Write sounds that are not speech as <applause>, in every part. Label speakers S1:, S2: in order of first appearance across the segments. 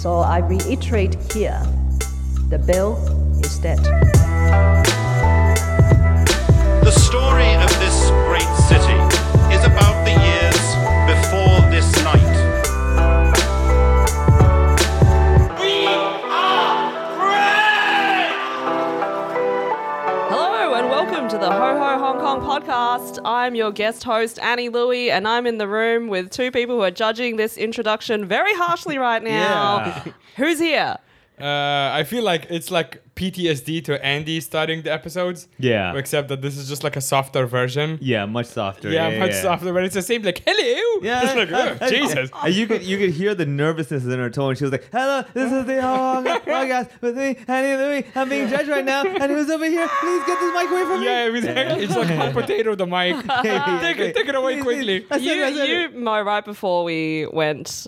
S1: So I reiterate here the bill is dead.
S2: The story of this great city is about the years before this night.
S3: Hello and welcome to the Ho Ho Hong Kong podcast. I'm your guest host, Annie Louie, and I'm in the room with two people who are judging this introduction very harshly right now.
S4: Yeah.
S3: <laughs> Who's here?
S4: Uh, I feel like it's like PTSD to Andy starting the episodes.
S5: Yeah.
S4: Except that this is just like a softer version.
S5: Yeah, much softer.
S4: Yeah, much softer, but it's the same. Like, hello.
S5: Yeah,
S4: It's like,
S5: <laughs> and-
S4: oh,
S3: <laughs>
S5: and-
S4: Jesus.
S5: and you could you could hear the nervousness in her tone. She was like, "Hello,
S3: <laughs>
S5: this is the Hong Kong podcast with me, Annie Louie. I'm being judged right now, and who's over here? Please get this mic away from me."
S4: Yeah, it was like, it's like hot potato the mic. take, it, take it away
S5: Please,
S4: quickly.
S5: please. I said
S3: You,
S5: it, I said
S3: you,
S5: it.
S3: Mo, right before we went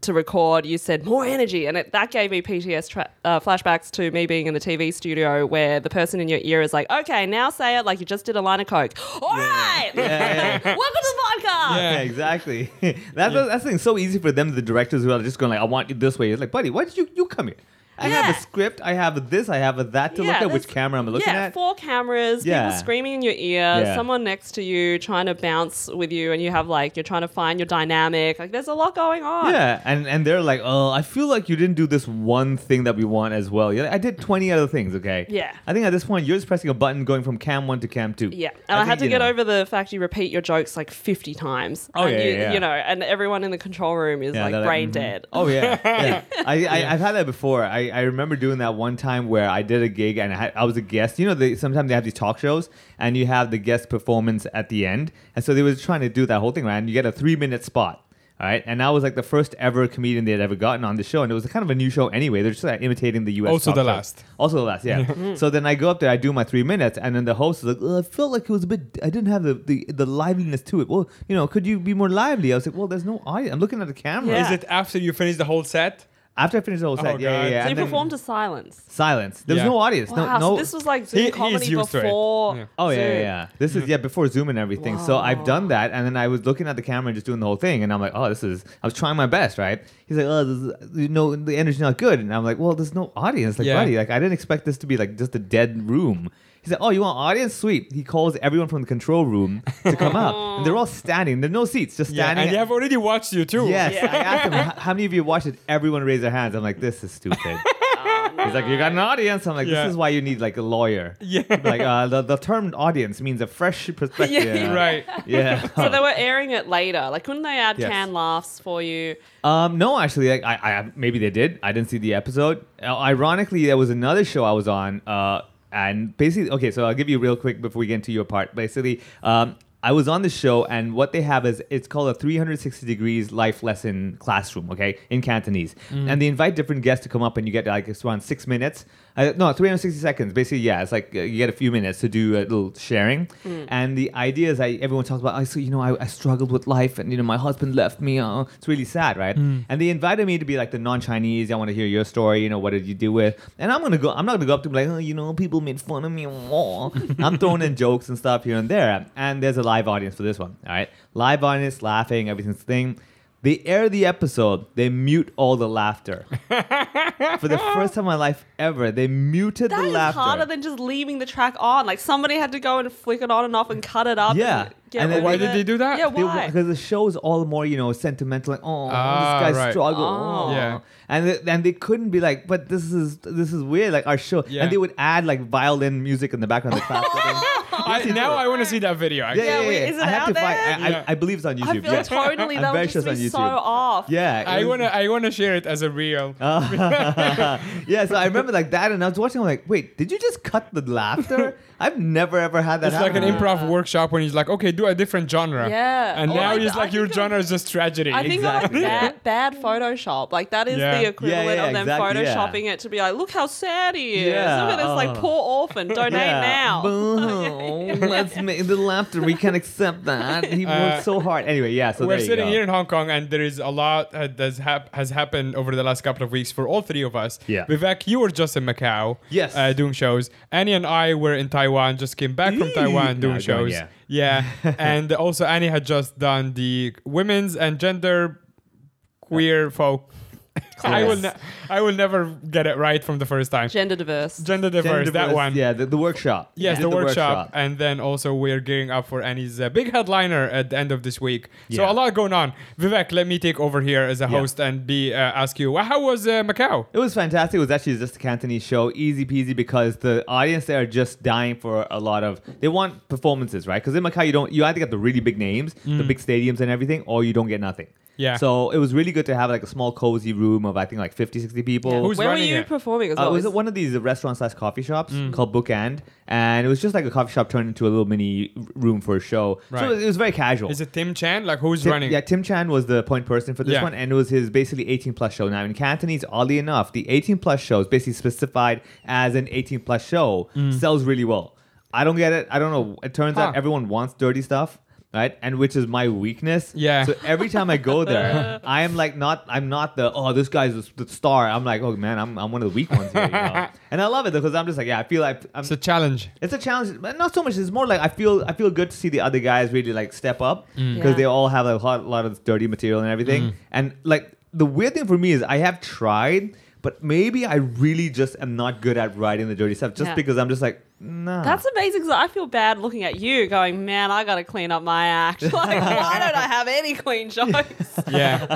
S3: to record, you said more energy, and it, that gave me PTS tra- uh, flashbacks to me being in the TV studio where the person in your ear is like, "Okay, now say it like you just did a line of coke." All right, <laughs> welcome to the podcast.
S4: Yeah.
S5: <laughs> Yeah, exactly. <laughs> that's that's thing so easy for them, the directors who are just going like, "I want you this way." It's like, buddy, why did you you come here? I have
S3: Yeah.
S5: a script. I have this. I have a that to look at. Which
S3: that's-
S5: camera I'm looking
S3: yeah,
S5: at?
S3: four cameras,
S5: Yeah.
S3: people screaming in your ear,
S5: Yeah.
S3: someone next to you trying to bounce with you, and you have like you're trying to find your dynamic. Like there's a lot going on.
S5: Yeah, and and they're like, oh, I feel like you didn't do this one thing that we want as well. Yeah, I did twenty other things. Okay.
S3: Yeah.
S5: I think at this point you're just pressing a button going from cam one to cam two.
S3: Yeah, and I,
S5: think,
S3: had to
S5: you
S3: get
S5: know.
S3: over the fact you repeat your jokes like 50 times.
S5: Oh,
S3: and
S5: yeah,
S3: you,
S5: yeah, yeah.
S3: you know, and everyone in the control room is
S5: Yeah,
S3: like
S5: they're
S3: brain
S5: mhm.
S3: dead.
S5: Oh yeah, yeah. I, I I've had that before. I, I remember doing that one time where I did a gig and I, had, I was a guest. You know, they sometimes they have these talk shows and you have the guest performance at the end, and so they was trying to do that whole thing right. And you get a three minute spot. All right, and I was like the first ever comedian they had ever gotten on the show, and it was kind of a new show anyway. They're just like imitating the U.S.
S4: Also
S5: talk
S4: the
S5: show.
S4: last.
S5: also the last, yeah. <laughs> so then I go up there, I do my three minutes, and then the host is like, "Oh, "I felt like it was a bit. I didn't have the, the the liveliness to it. Well, you know, could you be more lively?" I was like, "Well, there's no audience. I'm looking at the camera.
S3: Yeah.
S4: Is it after you finish the whole set?
S5: After I finished the whole set, yeah, yeah,
S4: Oh, God.
S3: So
S5: yeah.
S3: you
S5: and then
S3: performed to silence.
S5: silence. There was
S4: Yeah.
S5: no audience.
S3: Wow,
S5: no,
S3: so
S5: no.
S3: this was like
S4: He-
S3: Zoom
S4: he is
S3: comedy
S4: used to it.
S3: before.
S4: Yeah.
S5: oh yeah, yeah,
S3: Zoom.
S5: yeah. This
S4: Mm.
S5: is yeah before Zoom and everything. So I've done that, and then I was looking at the camera and just doing the whole thing, and I'm like, oh, this is. I was trying my best, right? He's like, oh, this is, you know, the energy's not good, and I'm like, well, there's no audience, like
S4: Yeah.
S5: buddy, like I didn't expect this to be like just a dead room. He said, "Oh, you want audience? Sweet." He calls everyone from the control room to come
S3: <laughs>
S5: up, and they're all standing. There's no seats, just
S4: Yeah,
S5: standing.
S4: and they have already watched you too.
S5: Yes, I asked him, "H- how many of you watched it? Everyone raised their hands. I'm like, this is stupid. He's like, you got an audience. I'm like,
S4: Yeah.
S5: this is why you need like a lawyer.
S4: Yeah.
S5: Like uh, the, the term audience means a fresh perspective.
S3: Yeah.
S4: Right.
S5: Yeah.
S3: So they were airing it later. Like, couldn't they add
S5: Yes.
S3: canned laughs for you?
S5: Um, no, actually, like, I, I maybe they did. I didn't see the episode. Uh, ironically, there was another show I was on, uh, and basically, okay, so I'll give you real quick before we get into your part. Basically, um, I was on the show, and what they have is it's called a 360 degrees life lesson classroom, okay, in Cantonese, and they invite different guests to come up, and you get like it's around six minutes. Uh, no, 360 seconds. Basically, yeah, it's like uh, you get a few minutes to do a little sharing.
S3: Hmm.
S5: And the idea is I, everyone talks about, I so, you know, I, I struggled with life and, you know, my husband left me. Oh, it's really sad, right? And they invited me to be like the non Chinese. I want to hear your story. You know, what did you do with? And I'm going to go, I'm not going to go up to them like, oh, you know, people made fun of me. Oh. I'm throwing in jokes and stuff here and there. And there's a live audience for this one, all right? Live audience, laughing, everything's thing. They air the episode, they mute all the laughter for the first time in my life ever, they muted
S3: That
S5: the
S3: is
S5: laughter.
S3: harder than just leaving the track on. Like, somebody had to go and flick it on and off and cut it up.
S5: Yeah.
S3: And, get
S5: And
S3: rid
S5: then why
S3: of
S4: did
S3: it.
S4: they do that?
S3: Yeah,
S4: They
S5: <laughs>
S3: why?
S5: Because the show is all more, you know, sentimental. Like, oh,
S4: Ah,
S5: this guy's
S4: right.
S5: struggle.
S3: Oh.
S5: Oh.
S4: Yeah.
S5: And th- and they couldn't be like, but this is this is weird. Like our show,
S4: Yeah.
S5: and they would add like violin music in the background. Of the class.
S4: I, now I want to see that video. actually.
S3: <laughs> Yeah, wait, is it
S5: I have
S3: out
S5: to
S3: there?
S5: find. I,
S4: Yeah.
S5: I, I believe it's on YouTube.
S3: I feel
S5: yeah.
S3: totally
S5: I'm
S3: that would
S5: very
S3: just
S5: sure
S3: be
S5: it's on
S3: so
S5: YouTube.
S3: off.
S5: yeah,
S4: I
S5: it was-
S4: wanna, I wanna share it as a reel.
S5: yeah, so I remember like that, and I was watching. I'm like, wait, did you just cut the
S3: <laughs>
S5: laughter? I've never ever had that.
S4: It's like an
S5: happen.
S4: improv workshop when he's like, okay, do a different genre.
S3: Yeah.
S4: And
S3: Oh,
S4: now
S3: I-
S4: he's
S3: I
S4: like, your
S3: think
S4: genre is just tragedy.
S3: I think
S5: Exactly.
S3: I
S5: <laughs>
S3: like bad, bad Photoshop. Like that is
S4: Yeah.
S3: the
S4: Yeah,
S3: equivalent
S5: yeah,
S3: of them
S5: exactly, yeah.
S3: photoshopping it to be like, look how sad he is.
S5: Yeah,
S3: Look at this like
S5: oh.
S3: poor
S5: <laughs>
S3: orphan. Donate now.
S5: Boo. Let's make the laughter. We can accept that. He worked so hard. Anyway, yeah. So
S4: Uh, We're
S5: there you
S4: sitting
S5: go.
S4: here in Hong Kong, and there is a lot uh, that's hap- has happened over the last couple of weeks for all three of us.
S5: Yeah.
S4: Vivek, you were just in Macau.
S5: Yes.
S4: Uh, doing shows. Annie and I were in Taiwan, just came back from
S5: Eee.
S4: Taiwan doing
S5: No,
S4: shows.
S5: going, yeah.
S4: yeah.
S5: <laughs>
S4: and also, Annie had just done the women's and gender queer folk <laughs> I will. Ne- I will never get it right from the first time.
S3: Gender diverse.
S4: Gender diverse.
S5: Gender
S4: that
S5: was-
S4: one.
S5: uh, Yeah, the, the workshop.
S4: Yes,
S5: Did
S4: the, workshop. and then also we're gearing up for Annie's uh, big headliner at the end of this week. So
S5: Yeah.
S4: a lot going on. Vivek, let me take over here as a
S5: Yeah.
S4: host and be uh, ask you, well, how was uh, Macau?
S5: It was fantastic. It was actually just a Cantonese show, easy peasy, because the audience there are just dying for a lot of. They want performances, right? Because in Macau, you don't. You either get the really big names, the big stadiums and everything, or you don't get nothing.
S4: Mm. Yeah.
S5: So it was really good to have like a small cozy room of I think like 50, 60 people.
S4: Who's
S3: Where were
S4: running
S3: you
S4: it?
S3: performing as
S5: Uh,
S3: well?
S5: it was at one of these restaurant slash coffee shops
S4: Mm.
S5: called Bookend, and it was just like a coffee shop turned into a little mini r- room for a show.
S4: Right.
S5: So it was, it was very casual.
S4: Is it Tim Chan? Like who's
S5: Tim-
S4: running?
S5: Yeah, Tim Chan was the point person for this
S4: Yeah.
S5: one, and it was his basically 18 plus show. Now in Cantonese, oddly enough, the 18 plus show is basically specified as an 18 plus show. Sells really well. I don't get it. I don't know. It turns out
S4: Mm. Huh.
S5: everyone wants dirty stuff. Right, and which is my weakness.
S4: Yeah.
S5: So every time I go there,
S4: <laughs>
S5: I am like not. I'm not the oh this guy's the- the star. I'm like oh man, I'm, I'm one of the weak ones here. You
S4: <laughs>
S5: know? and I love it because I'm just like yeah, I feel like I'm
S4: It's a
S3: <laughs>
S4: challenge.
S5: it's a challenge, but not so much. It's more like I feel I feel good to see the other guys really like step up
S4: Mm.
S5: because
S3: Yeah.
S5: they all have a lot, lot of dirty material and everything. And like the weird thing for me is I have tried, but maybe I really just am not good at writing the dirty stuff just
S3: Yeah.
S5: because I'm just like nah.
S3: That's amazing because I feel bad looking at you going, man, I got to clean up my act. <laughs> Like, why don't I have any clean jokes?
S4: Yeah.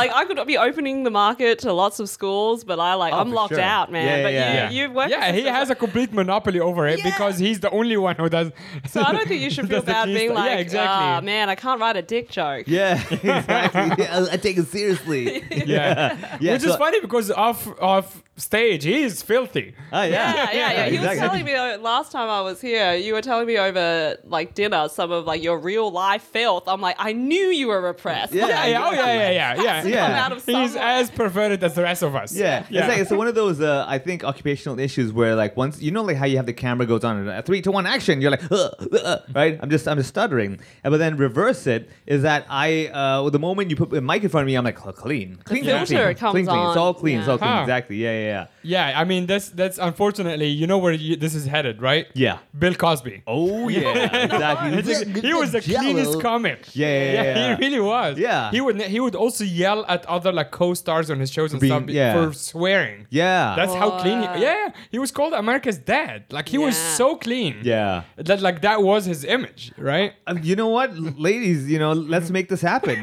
S3: like, I could be opening the market to lots of schools, but I like,
S5: Oh,
S3: I'm
S5: for
S3: locked
S5: sure.
S3: out, man.
S5: Yeah, yeah,
S3: but
S5: yeah.
S3: you, you've worked.
S4: yeah, he has a complete monopoly over it
S3: Yeah.
S4: because he's the only one who does.
S3: <laughs> So I don't think you should
S4: <laughs>
S3: feel
S4: That's the
S3: bad
S4: key
S3: being
S4: stuff.
S3: like,
S4: Yeah, exactly.
S3: "Ah, man, I can't write a dick joke.
S5: <laughs> yeah, exactly. <laughs> Yeah, I, I take it
S3: <laughs>
S5: seriously.
S4: yeah.
S5: Yeah,
S4: Which is
S5: so-
S4: funny because off off stage he is filthy.
S5: Oh, yeah.
S3: Yeah, yeah, yeah. He was
S5: Exactly.
S3: telling me uh, last time I was here, you were telling me over like dinner some of like your real life filth. I'm like, I knew you were repressed.
S5: Yeah,
S4: Yeah, yeah, oh yeah, yeah, yeah, yeah.
S5: Yeah.
S3: Come out of
S4: He's
S3: somewhere.
S4: as perverted as the rest of us.
S5: Yeah, it's like it's one of those uh, I think occupational issues where like once you know like how you have the camera goes on and a three to one action, you're like "Ugh, ugh, ugh," right. I'm just I'm just stuttering, and but then reverse it is that I uh, well, the moment you put the mic in front of me, I'm like "Oh, clean, clean, clean,
S3: filter
S5: clean,
S3: comes
S5: clean, clean. It's all
S3: on,
S5: clean, it's
S3: yeah.
S5: all clean.
S4: Huh.
S5: Exactly. Yeah, yeah, yeah.
S4: Yeah, I mean that's that's unfortunately you know where you, this is headed, right?
S5: Yeah.
S4: Bill Cosby.
S5: Oh
S4: <laughs>
S5: yeah, exactly.
S4: It's like, he was the cleanest comic.
S5: Yeah, yeah, yeah, yeah.
S4: he really was.
S5: Yeah.
S4: he would he would also yell at other like co-stars on his shows and
S5: Being-
S4: stuff be-
S5: yeah.
S4: for swearing.
S5: yeah,
S4: That's how clean. He,
S3: Wow.
S4: yeah, he was called America's dad. Like he was
S3: Yeah.
S4: so clean.
S5: yeah.
S4: that like that was his image, right?
S5: Uh, You know
S4: <laughs>
S5: what, ladies? You know, let's make this happen.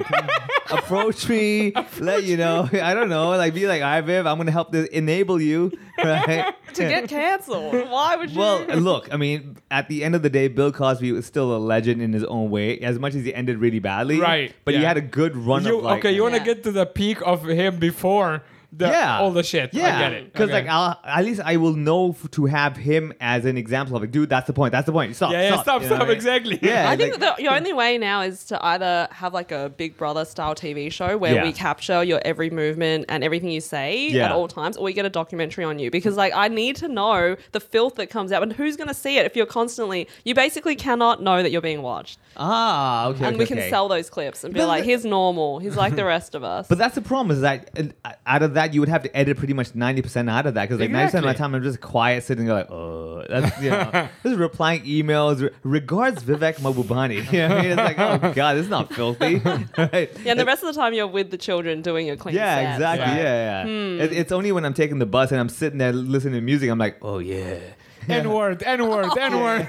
S5: Approach me. let you know. <laughs> I don't know. Like, be like, "Hi, Viv. I'm gonna help this enable
S4: <laughs>
S5: you." Right?
S3: to get cancelled. Why would you?
S5: well, uh, look. I mean, at the end of the day, Bill Cosby was still a legend in his own way. As much as he ended really badly,
S4: Right,
S5: But he
S4: yeah.
S5: had a good run
S4: You,
S5: of like.
S4: okay, you want to
S3: Yeah.
S4: get to the peak of him before the
S5: yeah,
S4: all the shit.
S5: Yeah,
S4: I get it.
S5: Because
S4: Okay.
S5: like, I'll, at least I will know f- to have him as an example of like, dude, that's the point. That's the point. Stop.
S4: yeah, yeah,
S5: stop.
S4: stop,
S5: you know
S4: stop,
S5: what I mean?
S4: exactly.
S5: Yeah,
S3: I think
S5: like-
S3: that the, your only way now is to either have like a Big Brother style TV show where
S5: Yeah.
S3: we capture your every movement and everything you say
S5: Yeah.
S3: at all times, or we get a documentary on you because like I need to know the filth that comes out and who's going to see it if you're constantly. You basically cannot know that you're being watched,
S5: ah, okay.
S3: and
S5: okay,
S3: we can
S5: okay.
S3: sell those clips and be
S5: But
S3: like,
S5: the-
S3: "He's normal. He's like the
S5: <laughs>
S3: rest of us."
S5: But that's the problem is that uh, out of that you would have to edit pretty much ninety percent out of that because like ninety percent of my
S4: Exactly.
S5: time I'm just quiet sitting there like oh that's
S4: <laughs>
S5: you know this is replying emails re- regards Vivek Mabubani <laughs> you know what I mean it's like oh god this is not filthy <laughs> right
S3: <laughs> yeah, and the rest of the time you're with the children doing your clean.
S5: yeah
S3: sets.
S5: exactly
S4: Yeah.
S5: yeah yeah
S3: Hmm.
S5: it, it's only when I'm taking the bus and I'm sitting there listening to music I'm like oh yeah <laughs> Oh.
S4: N word, N word, N word.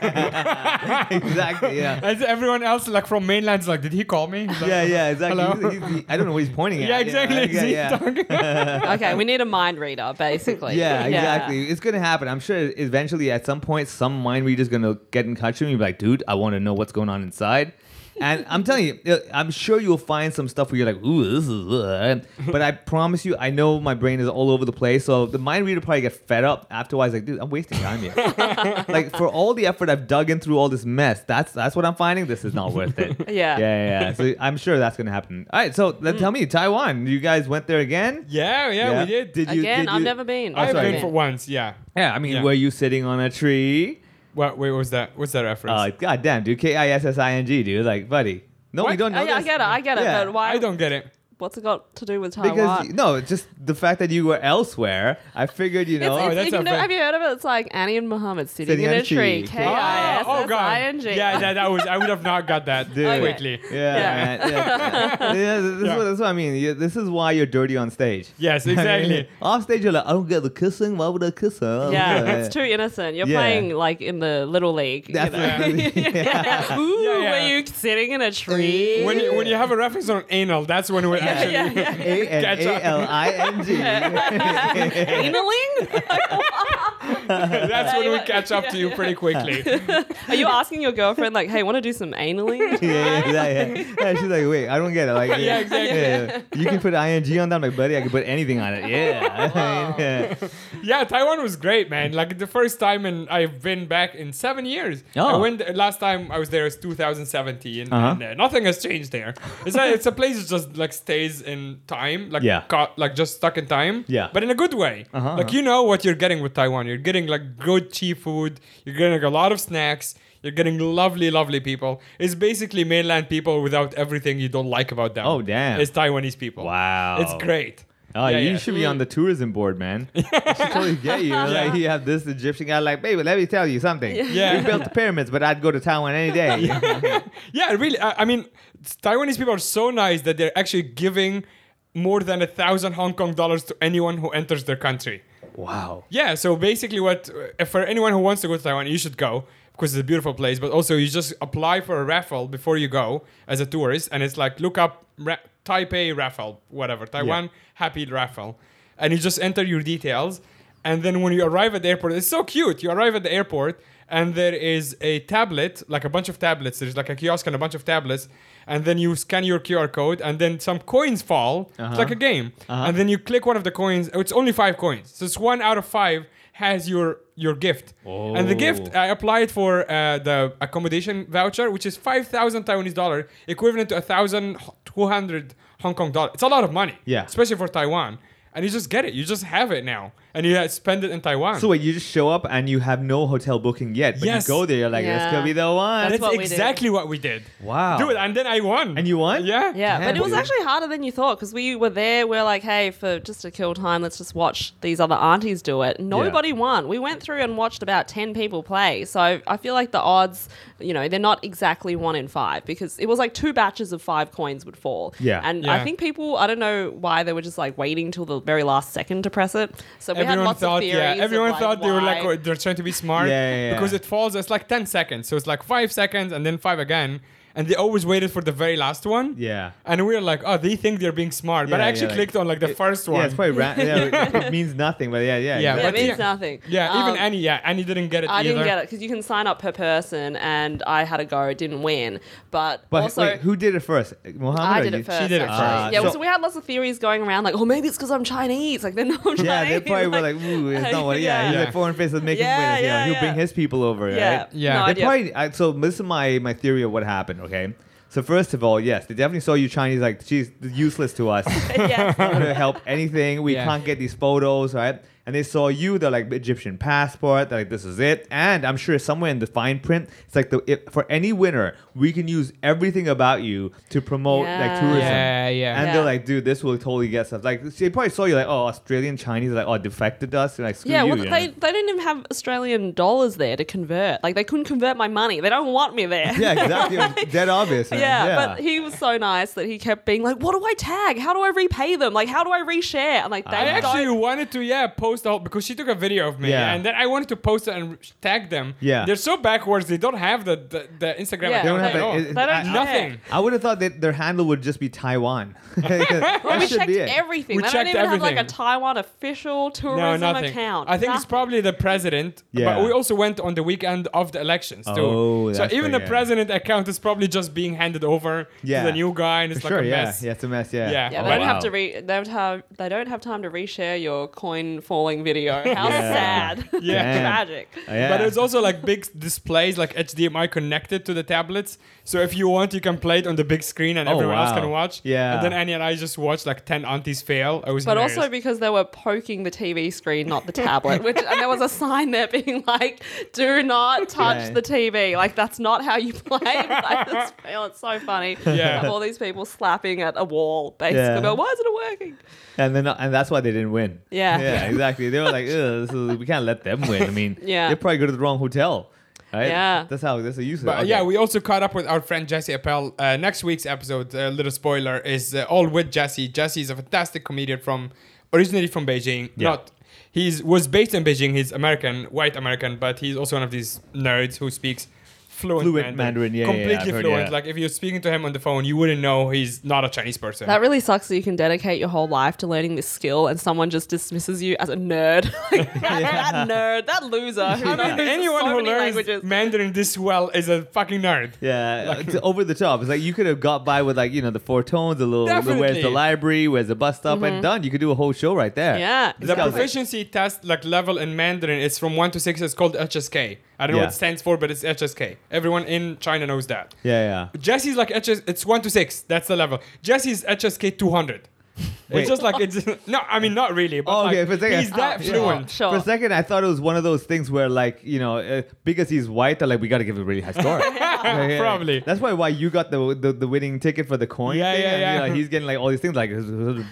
S4: <laughs>
S5: exactly yeah.
S4: As everyone else, like from mainland's, like, did he call me? He's like,
S5: Yeah, yeah, exactly.
S4: Hello?
S5: He's- he's- he- I don't know what he's pointing at.
S4: yeah,
S5: you know,
S4: exactly.
S5: like,
S4: Is he
S5: yeah, yeah.
S4: talking?
S3: <laughs> okay, we need a mind reader, basically.
S5: <laughs> Yeah, exactly. It's gonna happen. I'm sure eventually, at some point, some mind reader's gonna get in touch with me and be like, "Dude, I want to know what's going on inside." And
S3: <laughs>
S5: I'm telling you, uh, I'm sure you'll find some stuff where you're like, "Ooh, this is," uh," but I promise you, I know my brain is all over the place. So the mind reader probably get fed up afterwards. Like, dude, I'm wasting
S3: <laughs>
S5: time here. like for all the effort I've dug in through all this mess, that's that's what I'm finding. This is not worth it.
S3: <laughs> Yeah. Hmm.
S5: yeah, yeah. yeah. So I'm sure that's gonna happen. All right, so then tell me, Taiwan, you guys went there again?
S4: <laughs> yeah, yeah, we did.
S5: Did you?
S3: Again,
S5: did
S3: I've
S5: you-
S3: never been.
S4: I've
S5: sorry.
S4: been for once, yeah.
S5: yeah, I mean,
S4: Yeah.
S5: were you sitting on a tree?
S4: What, wait, what was that? What's that reference?
S5: Uh, God damn, dude. K I S S I N G, dude. Like, buddy. No, we
S4: What?
S5: don't know.
S3: Oh, yeah, I
S5: this.
S3: get it. I get it.
S5: Yeah.
S3: But why?
S4: I don't get it.
S3: What's it got to do with Taiwan?
S5: Because no, just the fact that you were elsewhere, I figured you know.
S3: It's,
S4: Oh,
S3: it's,
S4: that's
S3: you
S4: not
S3: know,
S4: fair.
S3: have you heard of it? It's like Annie and Muhammad sitting,
S5: Sitting
S3: in
S5: on
S3: a
S5: a
S3: tree.
S5: tree.
S3: K I S S I N G.
S4: Oh, Yeah, that, that was. I would have not got
S5: <laughs>
S4: that
S5: Dude.
S4: quickly.
S5: Yeah, man. yeah,
S3: <laughs>
S5: yeah. Yeah, this, Is
S4: Yeah.
S5: what, this is what I mean. Yeah, this is why you're dirty on stage. <laughs>
S4: Yes,
S5: I mean,
S4: exactly.
S5: off stage, you're like, I don't get the kissing. Why would I kiss her?
S3: Yeah, it's too innocent. You're
S5: Yeah.
S3: playing like in the little league. you know?
S5: Definitely.
S3: <laughs> yeah. Ooh,
S4: Yeah, yeah.
S3: were you sitting in a tree?
S5: <laughs>
S4: When you, when you have a reference on anal, that's when we actually.
S3: <laughs> yeah, yeah.
S5: A N
S4: Catch
S5: A
S4: up.
S5: L I N G. <laughs>
S3: Analing?
S4: <laughs> That's when we
S3: Yeah,
S4: catch up to you pretty quickly.
S3: <laughs> Are you asking your girlfriend like, hey, want to do some analing?
S5: <laughs> Yeah, yeah, yeah, yeah. Yeah, She's like, wait, I don't get
S4: <laughs>
S5: it. Like, yeah,
S4: exactly.
S5: yeah. You can put ing on that, my buddy. I can put anything
S4: <laughs>
S5: on it. Yeah. I mean, <laughs> yeah.
S4: Yeah, Taiwan was great, man. Like the first time, and I've been back in seven years.
S5: Oh.
S4: I went uh, last time I was there was 2017,
S5: Uh-huh.
S4: and uh, nothing has changed there. It's a, it's a place that just like stays in time, like
S5: Yeah.
S4: caught, like just stuck in time.
S5: Yeah.
S4: but in a good way.
S5: Uh-huh,
S4: Like you know what you're getting with Taiwan. You're getting like good cheap food. You're getting a lot of snacks. You're getting lovely, lovely people. It's basically mainland people without everything you don't like about them.
S5: Oh, damn.
S4: It's Taiwanese people.
S5: Wow.
S4: it's great.
S5: Oh,
S4: Yeah,
S5: you
S4: yeah.
S5: should be on the tourism board,
S4: <laughs>
S5: man. I should totally get you. Like, you have this Egyptian guy, like, baby, let me tell you something.
S4: Yeah.
S5: We built the pyramids, but I'd go to Taiwan any day.
S4: <laughs> Yeah, really. I, I mean, Taiwanese people are so nice that they're actually giving more than a thousand Hong Kong dollars to anyone who enters their country.
S5: Wow.
S4: Yeah, so basically, what if for anyone who wants to go to Taiwan, you should go because it's a beautiful place. But also, you just apply for a raffle before you go as a tourist, and it's like look up ra- Taipei raffle, whatever Taiwan Happy Raffle, and you just enter your details. And then when you arrive at the airport, it's so cute. You arrive at the airport, and there is a tablet, like a bunch of tablets. There's like a kiosk and a bunch of tablets. And then you scan your QR code, and then some coins fall.
S5: Uh-huh.
S4: It's like a game. And then you click one of the coins. Oh, It's only five coins. So it's one out of five has your your gift. And the gift,
S5: Oh.
S4: I applied for uh, the accommodation voucher, which is 5,000 Taiwanese dollar, equivalent to 1,200 Hong Kong dollar. It's a lot of money.
S5: Yeah.
S4: Especially for Taiwan. And you just get it. You just have it now. And you uh, spend it in Taiwan.
S5: So wait, you just show up and you have no hotel booking yet, but
S4: Yes.
S5: you go there, you're like, this
S3: Yeah.
S5: could be the one.
S3: That's
S4: That's,
S3: what we did.
S4: exactly what we did.
S5: Wow.
S4: Dude, and then I won.
S5: And you won?
S4: Yeah.
S3: Yeah,
S5: Damn,
S3: but it was
S5: dude.
S3: actually harder than you thought because we were there. We're like, hey, for just to kill time, let's just watch these other aunties do it. Nobody won. We went through and watched about 10 people play. So I feel like the odds, you know, they're not exactly one in five because it was like two batches of five coins would fall.
S5: Yeah.
S3: And
S4: Yeah.
S3: I think people, I don't know why they were just like waiting till the very last second to press it. So we had
S4: everyone
S3: lots
S4: thought,
S3: of
S4: yeah,
S3: theories.
S4: everyone
S3: of,
S4: thought they were like,
S3: why-
S4: oh, they're trying to be smart.
S5: Yeah, yeah, yeah.
S4: Because it falls, it's like 10 seconds. So it's like five seconds and then five again. And they always waited for the very last one.
S5: Yeah.
S4: And we were like, oh, they think they're being smart. But
S5: Yeah,
S4: I actually
S5: yeah, like-
S4: clicked on like the first one.
S5: Yeah, it's probably
S4: <laughs>
S5: ra- yeah, it means nothing, but yeah,
S4: Yeah,
S5: yeah. exactly.
S3: yeah, it
S4: but
S3: means
S4: yeah.
S3: nothing.
S4: yeah, even
S3: Um,
S4: Annie, yeah, Annie didn't get it
S3: I
S4: either.
S3: didn't get it because you can sign up per person, and I had a go, didn't win. But,
S5: But
S3: also,
S5: wait, who did it first? Mohammed?
S3: I
S5: or
S3: did
S5: you?
S3: it first.
S4: did it
S3: actually.
S5: first.
S3: Yeah,
S5: So-
S3: so, we had lots of theories going around, like, oh, maybe it's because I'm Chinese. Like, they're not Chinese.
S5: Yeah, they probably
S3: <laughs>
S5: were like, ooh, it's not what. Yeah,
S3: Yeah.
S5: he's
S4: Yeah.
S5: like foreign face of making
S3: Yeah,
S5: winners.
S3: yeah,
S5: you know, he'll
S3: yeah.
S5: bring his people over,
S3: yeah,
S5: right?
S4: Yeah.
S3: No
S4: They
S5: They
S3: idea.
S5: probably, I, so this is my, my theory of what happened, okay? So first of all, yes, they definitely saw you Chinese like, she's useless to us.
S3: <laughs> yeah.
S5: not gonna help anything. We
S4: Yeah.
S5: can't get these photos, right? And they saw you, they're like Egyptian passport, they're like, this is it. And I'm sure somewhere in the fine print, it's like the if, for any winner, we can use everything about you to promote like
S3: Yeah.
S5: tourism.
S4: Yeah, yeah.
S5: And
S3: Yeah.
S5: they're like, dude, this will totally get stuff. Like they probably saw you like, oh, Australian Chinese, like, oh, defected us, and like screw
S3: Yeah,
S5: you.
S3: well,
S5: you know?
S3: they, they didn't even have Australian dollars there to convert. Like, they couldn't convert my money. They don't want me there.
S5: yeah, exactly. It was dead obvious. man.
S3: <laughs> Yeah, but he was so nice that he kept being like, "What do I tag? How do I repay them? Like, how do I reshare?" I'm like, "They
S4: I
S3: don't
S4: actually wanted to, yeah, post the whole because she took a video of me,
S5: Yeah.
S4: and then I wanted to post it and tag them.
S5: Yeah.
S4: they're so backwards; they don't have the the, the Instagram.
S3: Yeah.
S4: account
S5: They don't have
S4: at
S5: a-
S4: all.
S5: it- it-
S3: They
S5: I-
S3: don't
S4: Nothing.
S3: care.
S5: I would have thought that their handle would just be Taiwan. <laughs>
S3: Well,
S5: that
S3: we
S5: should
S3: checked
S5: be it.
S3: everything.
S4: We
S3: they
S4: checked
S3: don't even have
S4: everything.
S3: like a Taiwan official tourism
S4: No, nothing.
S3: account.
S4: I think it's
S3: Nothing.
S4: probably the president.
S5: Yeah.
S4: But we also went on the weekend of the elections too.
S5: Oh,
S4: so
S5: that's
S4: even
S5: right,
S4: the
S5: yeah.
S4: president account is probably just being handed over
S5: Yeah.
S4: to the new guy, and it's
S5: For
S4: like
S5: sure,
S4: a
S5: yeah.
S4: mess.
S5: Yeah, it's a mess, yeah.
S4: Yeah.
S3: Yeah,
S4: Oh,
S3: they don't
S5: wow.
S3: have to re. They don't have. They don't have time to reshare your coin falling video. How
S5: Yeah.
S3: sad.
S4: <laughs>
S3: <laughs>
S4: Yeah.
S5: Damn.
S3: Tragic.
S5: Uh, yeah.
S4: But it's also like big <laughs> s- displays, like HDMI connected to the tablets. So if you want, you can play it on the big screen and
S5: Oh,
S4: everyone else
S5: wow.
S4: can watch.
S5: Yeah.
S4: And then Annie and I just watched like 10 aunties fail. It was
S3: But
S4: hilarious.
S3: also because they were poking the TV screen, not the tablet, which and there was a sign there being like, "Do not touch
S5: Yeah.
S3: the TV." Like that's not how you play. <laughs> But I
S5: <laughs>
S3: just feel it's so funny.
S4: Yeah.
S3: Of all these people slapping at a wall, basically.
S5: Yeah.
S3: But why isn't it working?
S5: and then and that's why they didn't win.
S3: Yeah.
S5: Yeah, exactly. They were like, Ugh, this is, we can't let them win. I
S4: <laughs>
S5: mean,
S3: Yeah.
S5: they probably go to the wrong hotel. Right?
S3: Yeah.
S5: That's how that's the use of it.
S4: But
S5: Okay.
S4: yeah, we also caught up with our friend Jesse Appel. Uh, next week's episode, a little spoiler, is uh, all with Jesse. Jesse is a fantastic comedian from originally from Beijing.
S5: Yeah.
S4: Not he's was based in Beijing. He's American, white American, but he's also one of these nerds who speaks fluent,
S5: Fluent Mandarin, yeah, yeah, yeah,
S4: completely
S5: I've heard,
S4: fluent.
S5: yeah.
S4: Like if you're speaking to him on the phone, you wouldn't know he's not a Chinese person.
S3: That really sucks that you can dedicate your whole life to learning this skill and someone just dismisses you as a nerd. <laughs> Like, That nerd, that loser.
S4: I mean, anyone who learns Mandarin this well is a fucking nerd. <laughs>
S5: Yeah, it's over the top. It's like you could have got by with like you know the four tones, a little
S4: Definitely. Mm-hmm.
S5: where's the library, where's the bus stop, and done. You could do a whole show right there.
S3: Yeah.
S5: This
S4: the
S5: guy was like-
S4: proficiency test like level in Mandarin is from one to six. It's called HSK. I don't know
S5: Yeah.
S4: what it stands for, but it's HSK. Everyone in China knows that.
S5: yeah, yeah.
S4: Jesse's like HS. It's one to six. That's the level. Jesse's HSK two hundred.
S5: Wait.
S4: It's just like it's <laughs> no. I mean, not really. But <laughs>
S5: Oh,
S4: like,
S5: okay, for a second.
S4: he's that
S3: Oh, yeah.
S4: fluent.
S3: Sure.
S5: For a second, I thought it was one of those things where like you know uh, because he's white, they're like we got to give him a really
S4: <laughs>
S5: high score. Yeah, yeah.
S4: Probably.
S5: That's why why you got the the, the winning ticket for the coin.
S4: Yeah,
S5: thing,
S4: yeah,
S5: and,
S4: yeah.
S5: you know, he's getting like all these things like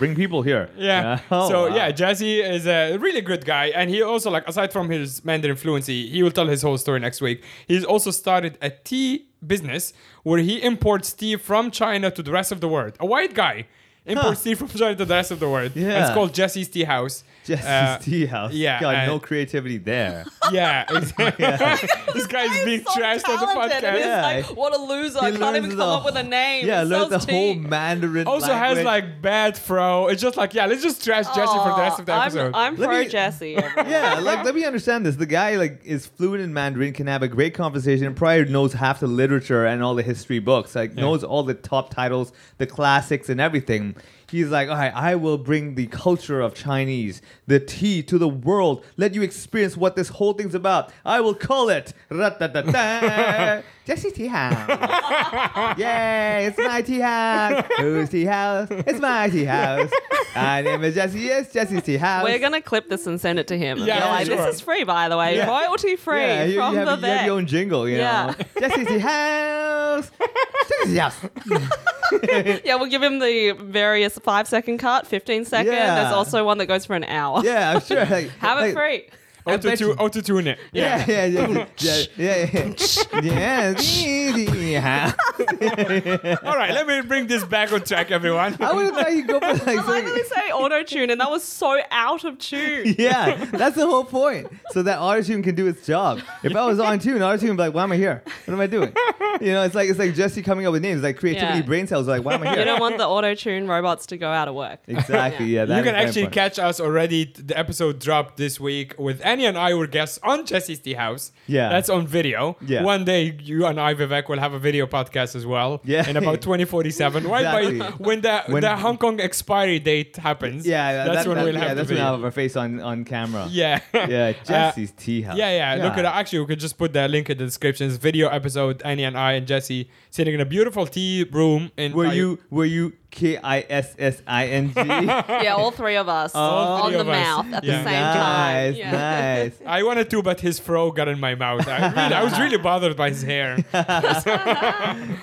S5: bring people here. <laughs>
S4: Yeah.
S5: Oh,
S4: so
S5: wow.
S4: yeah, Jazzy is a really good guy, and he also like aside from his Mandarin fluency, he will tell his whole story next week. He's also started a tea business where he imports tea from China to the rest of the world. A white guy imports tea from China to the rest of the world. And
S5: Yeah.
S4: it's called Jesse's Tea House.
S5: Jesse's
S4: Uh,
S5: tea house.
S4: yeah,
S5: God,
S4: and-
S5: no <laughs> Oh, creativity there.
S4: Yeah, exactly. <laughs> this guy is being trashed on the podcast.
S5: Yeah.
S3: It's like, what a loser. <laughs>
S5: He
S3: I can't even
S5: learns
S3: come
S5: the
S3: up with a name.
S5: yeah,
S3: It
S5: learn the
S3: sells
S5: whole
S3: tea.
S5: Mandarin.
S4: Also has
S5: language.
S4: like bad throw. It's just like yeah, let's just trash Jesse for the rest of the
S5: Oh,
S3: Aw,
S4: episode.
S3: I'm, I'm
S5: Let
S3: pro
S4: <laughs>
S5: me-
S3: Jesse.
S5: yeah, like let me understand this. The guy like is fluent in Mandarin, can have a great conversation, and probably knows half the literature and all the history books, like knows all the top titles, the classics, and everything. He's like, all right, I will bring the culture of Chinese, the tea to the world. Let you experience what this whole thing's about. I will call it ra-ta-ta-ta, Jesse Tea House. Yay, it's my tea house. Whose tea house? It's my tea house. My name is Jesse. Yes, Jesse's tea house.
S3: We're going to clip this and send it to him.
S4: Yeah,
S3: Yeah, like,
S4: sure.
S3: This is free, by the way.
S5: Yeah.
S3: Royalty free
S5: Yeah, you,
S3: from
S5: you have,
S3: the
S5: you have
S3: vet.
S5: your own jingle, you
S3: Yeah.
S5: know. <laughs> Jesse's
S3: <laughs>
S5: the house. Jesse's house.
S3: Yeah, we'll give him the various five second cut, 15 second.
S5: Yeah.
S3: There's also one that goes for an hour.
S5: Yeah, I'm sure. Like,
S3: Have
S5: like,
S3: it free.
S5: I
S4: auto
S5: bet you-
S4: tune, auto tune it.
S5: Yeah,
S3: <laughs>
S5: yeah, yeah, yeah, yeah, yeah. Jesse's the house.
S4: All right, let me bring this back on track, everyone.
S5: I would have thought you go
S3: <laughs>
S5: for like
S3: I like that
S5: something.
S3: they say auto tune, and that was so out
S4: <laughs>
S3: of tune.
S5: Yeah, that's the whole point. So that autotune can do its job. If I was on tune, autotune would be like, why am I here? What am
S3: <laughs>
S5: I doing? You know, it's like it's like Jesse coming up with names, like creativity,
S3: Yeah.
S5: brain cells. Like, why am I
S3: You
S5: here?
S3: don't want the auto tune robots to go out of work.
S5: Exactly. Yeah,
S4: <laughs>
S5: that
S4: you
S5: is
S4: can
S5: very
S4: actually
S5: important.
S4: catch us already. T- The episode dropped this week with Annie and I were guests on Jesse's Tea House.
S5: Yeah.
S4: That's on video.
S5: Yeah.
S4: One day you and I, Vivek, will have a video podcast as well.
S5: Yeah.
S4: In about 2047. Right by
S5: Exactly.
S4: when the
S5: When-
S4: the Hong Kong expiry date happens.
S5: Yeah,
S4: That's
S5: that-
S4: when
S5: that-
S4: we'll
S5: yeah,
S4: have the
S5: that's when
S4: video.
S5: I have our face on on camera.
S4: yeah.
S5: <laughs> Yeah,
S4: <laughs> Uh,
S5: Jesse's tea house.
S4: Yeah, yeah, Look at actually, we could just put the link in the description. It's video episode. Annie and I and Jesse sitting in a beautiful tea room. In
S5: Were
S4: Tai-
S5: you were you K I S S I N
S4: <laughs>
S5: G?
S3: Yeah, all three of us
S4: All
S3: on
S4: three
S3: the
S4: of us.
S3: mouth at
S4: Yeah.
S3: the same time.
S5: Nice,
S3: Yeah.
S5: nice.
S4: I wanted to, but his fro got in my mouth. I, really, I was really bothered by his hair.
S5: <laughs>
S4: <laughs>
S5: Oh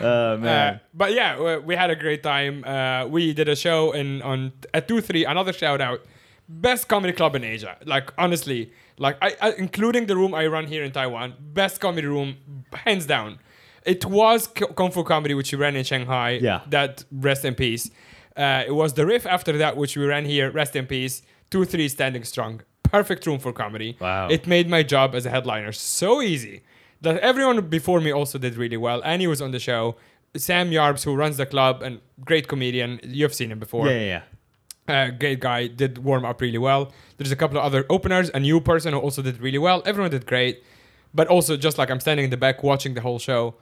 S4: Uh,
S5: man.
S4: but yeah, we, we had a great time. Uh, we did a show in on at two three. Another shout out, best comedy club in Asia. Like honestly, like I, I including the room I run here in Taiwan, best comedy room hands down. It was K- Kung Fu Comedy, which we ran in Shanghai.
S5: Yeah.
S4: That rest in peace. Uh, it was the riff after that, which we ran here. Rest in peace. Two three standing strong. Perfect room for comedy.
S5: Wow.
S4: It made my job as a headliner so easy that everyone before me also did really well. Annie was on the show. Sam Yarbs, who runs the club and great comedian, you've seen him before.
S5: yeah, yeah, yeah.
S4: Uh, great guy, did warm up really well. There's a couple of other openers, a new person who also did really well. Everyone did great, but also just like I'm standing in the back watching the whole show,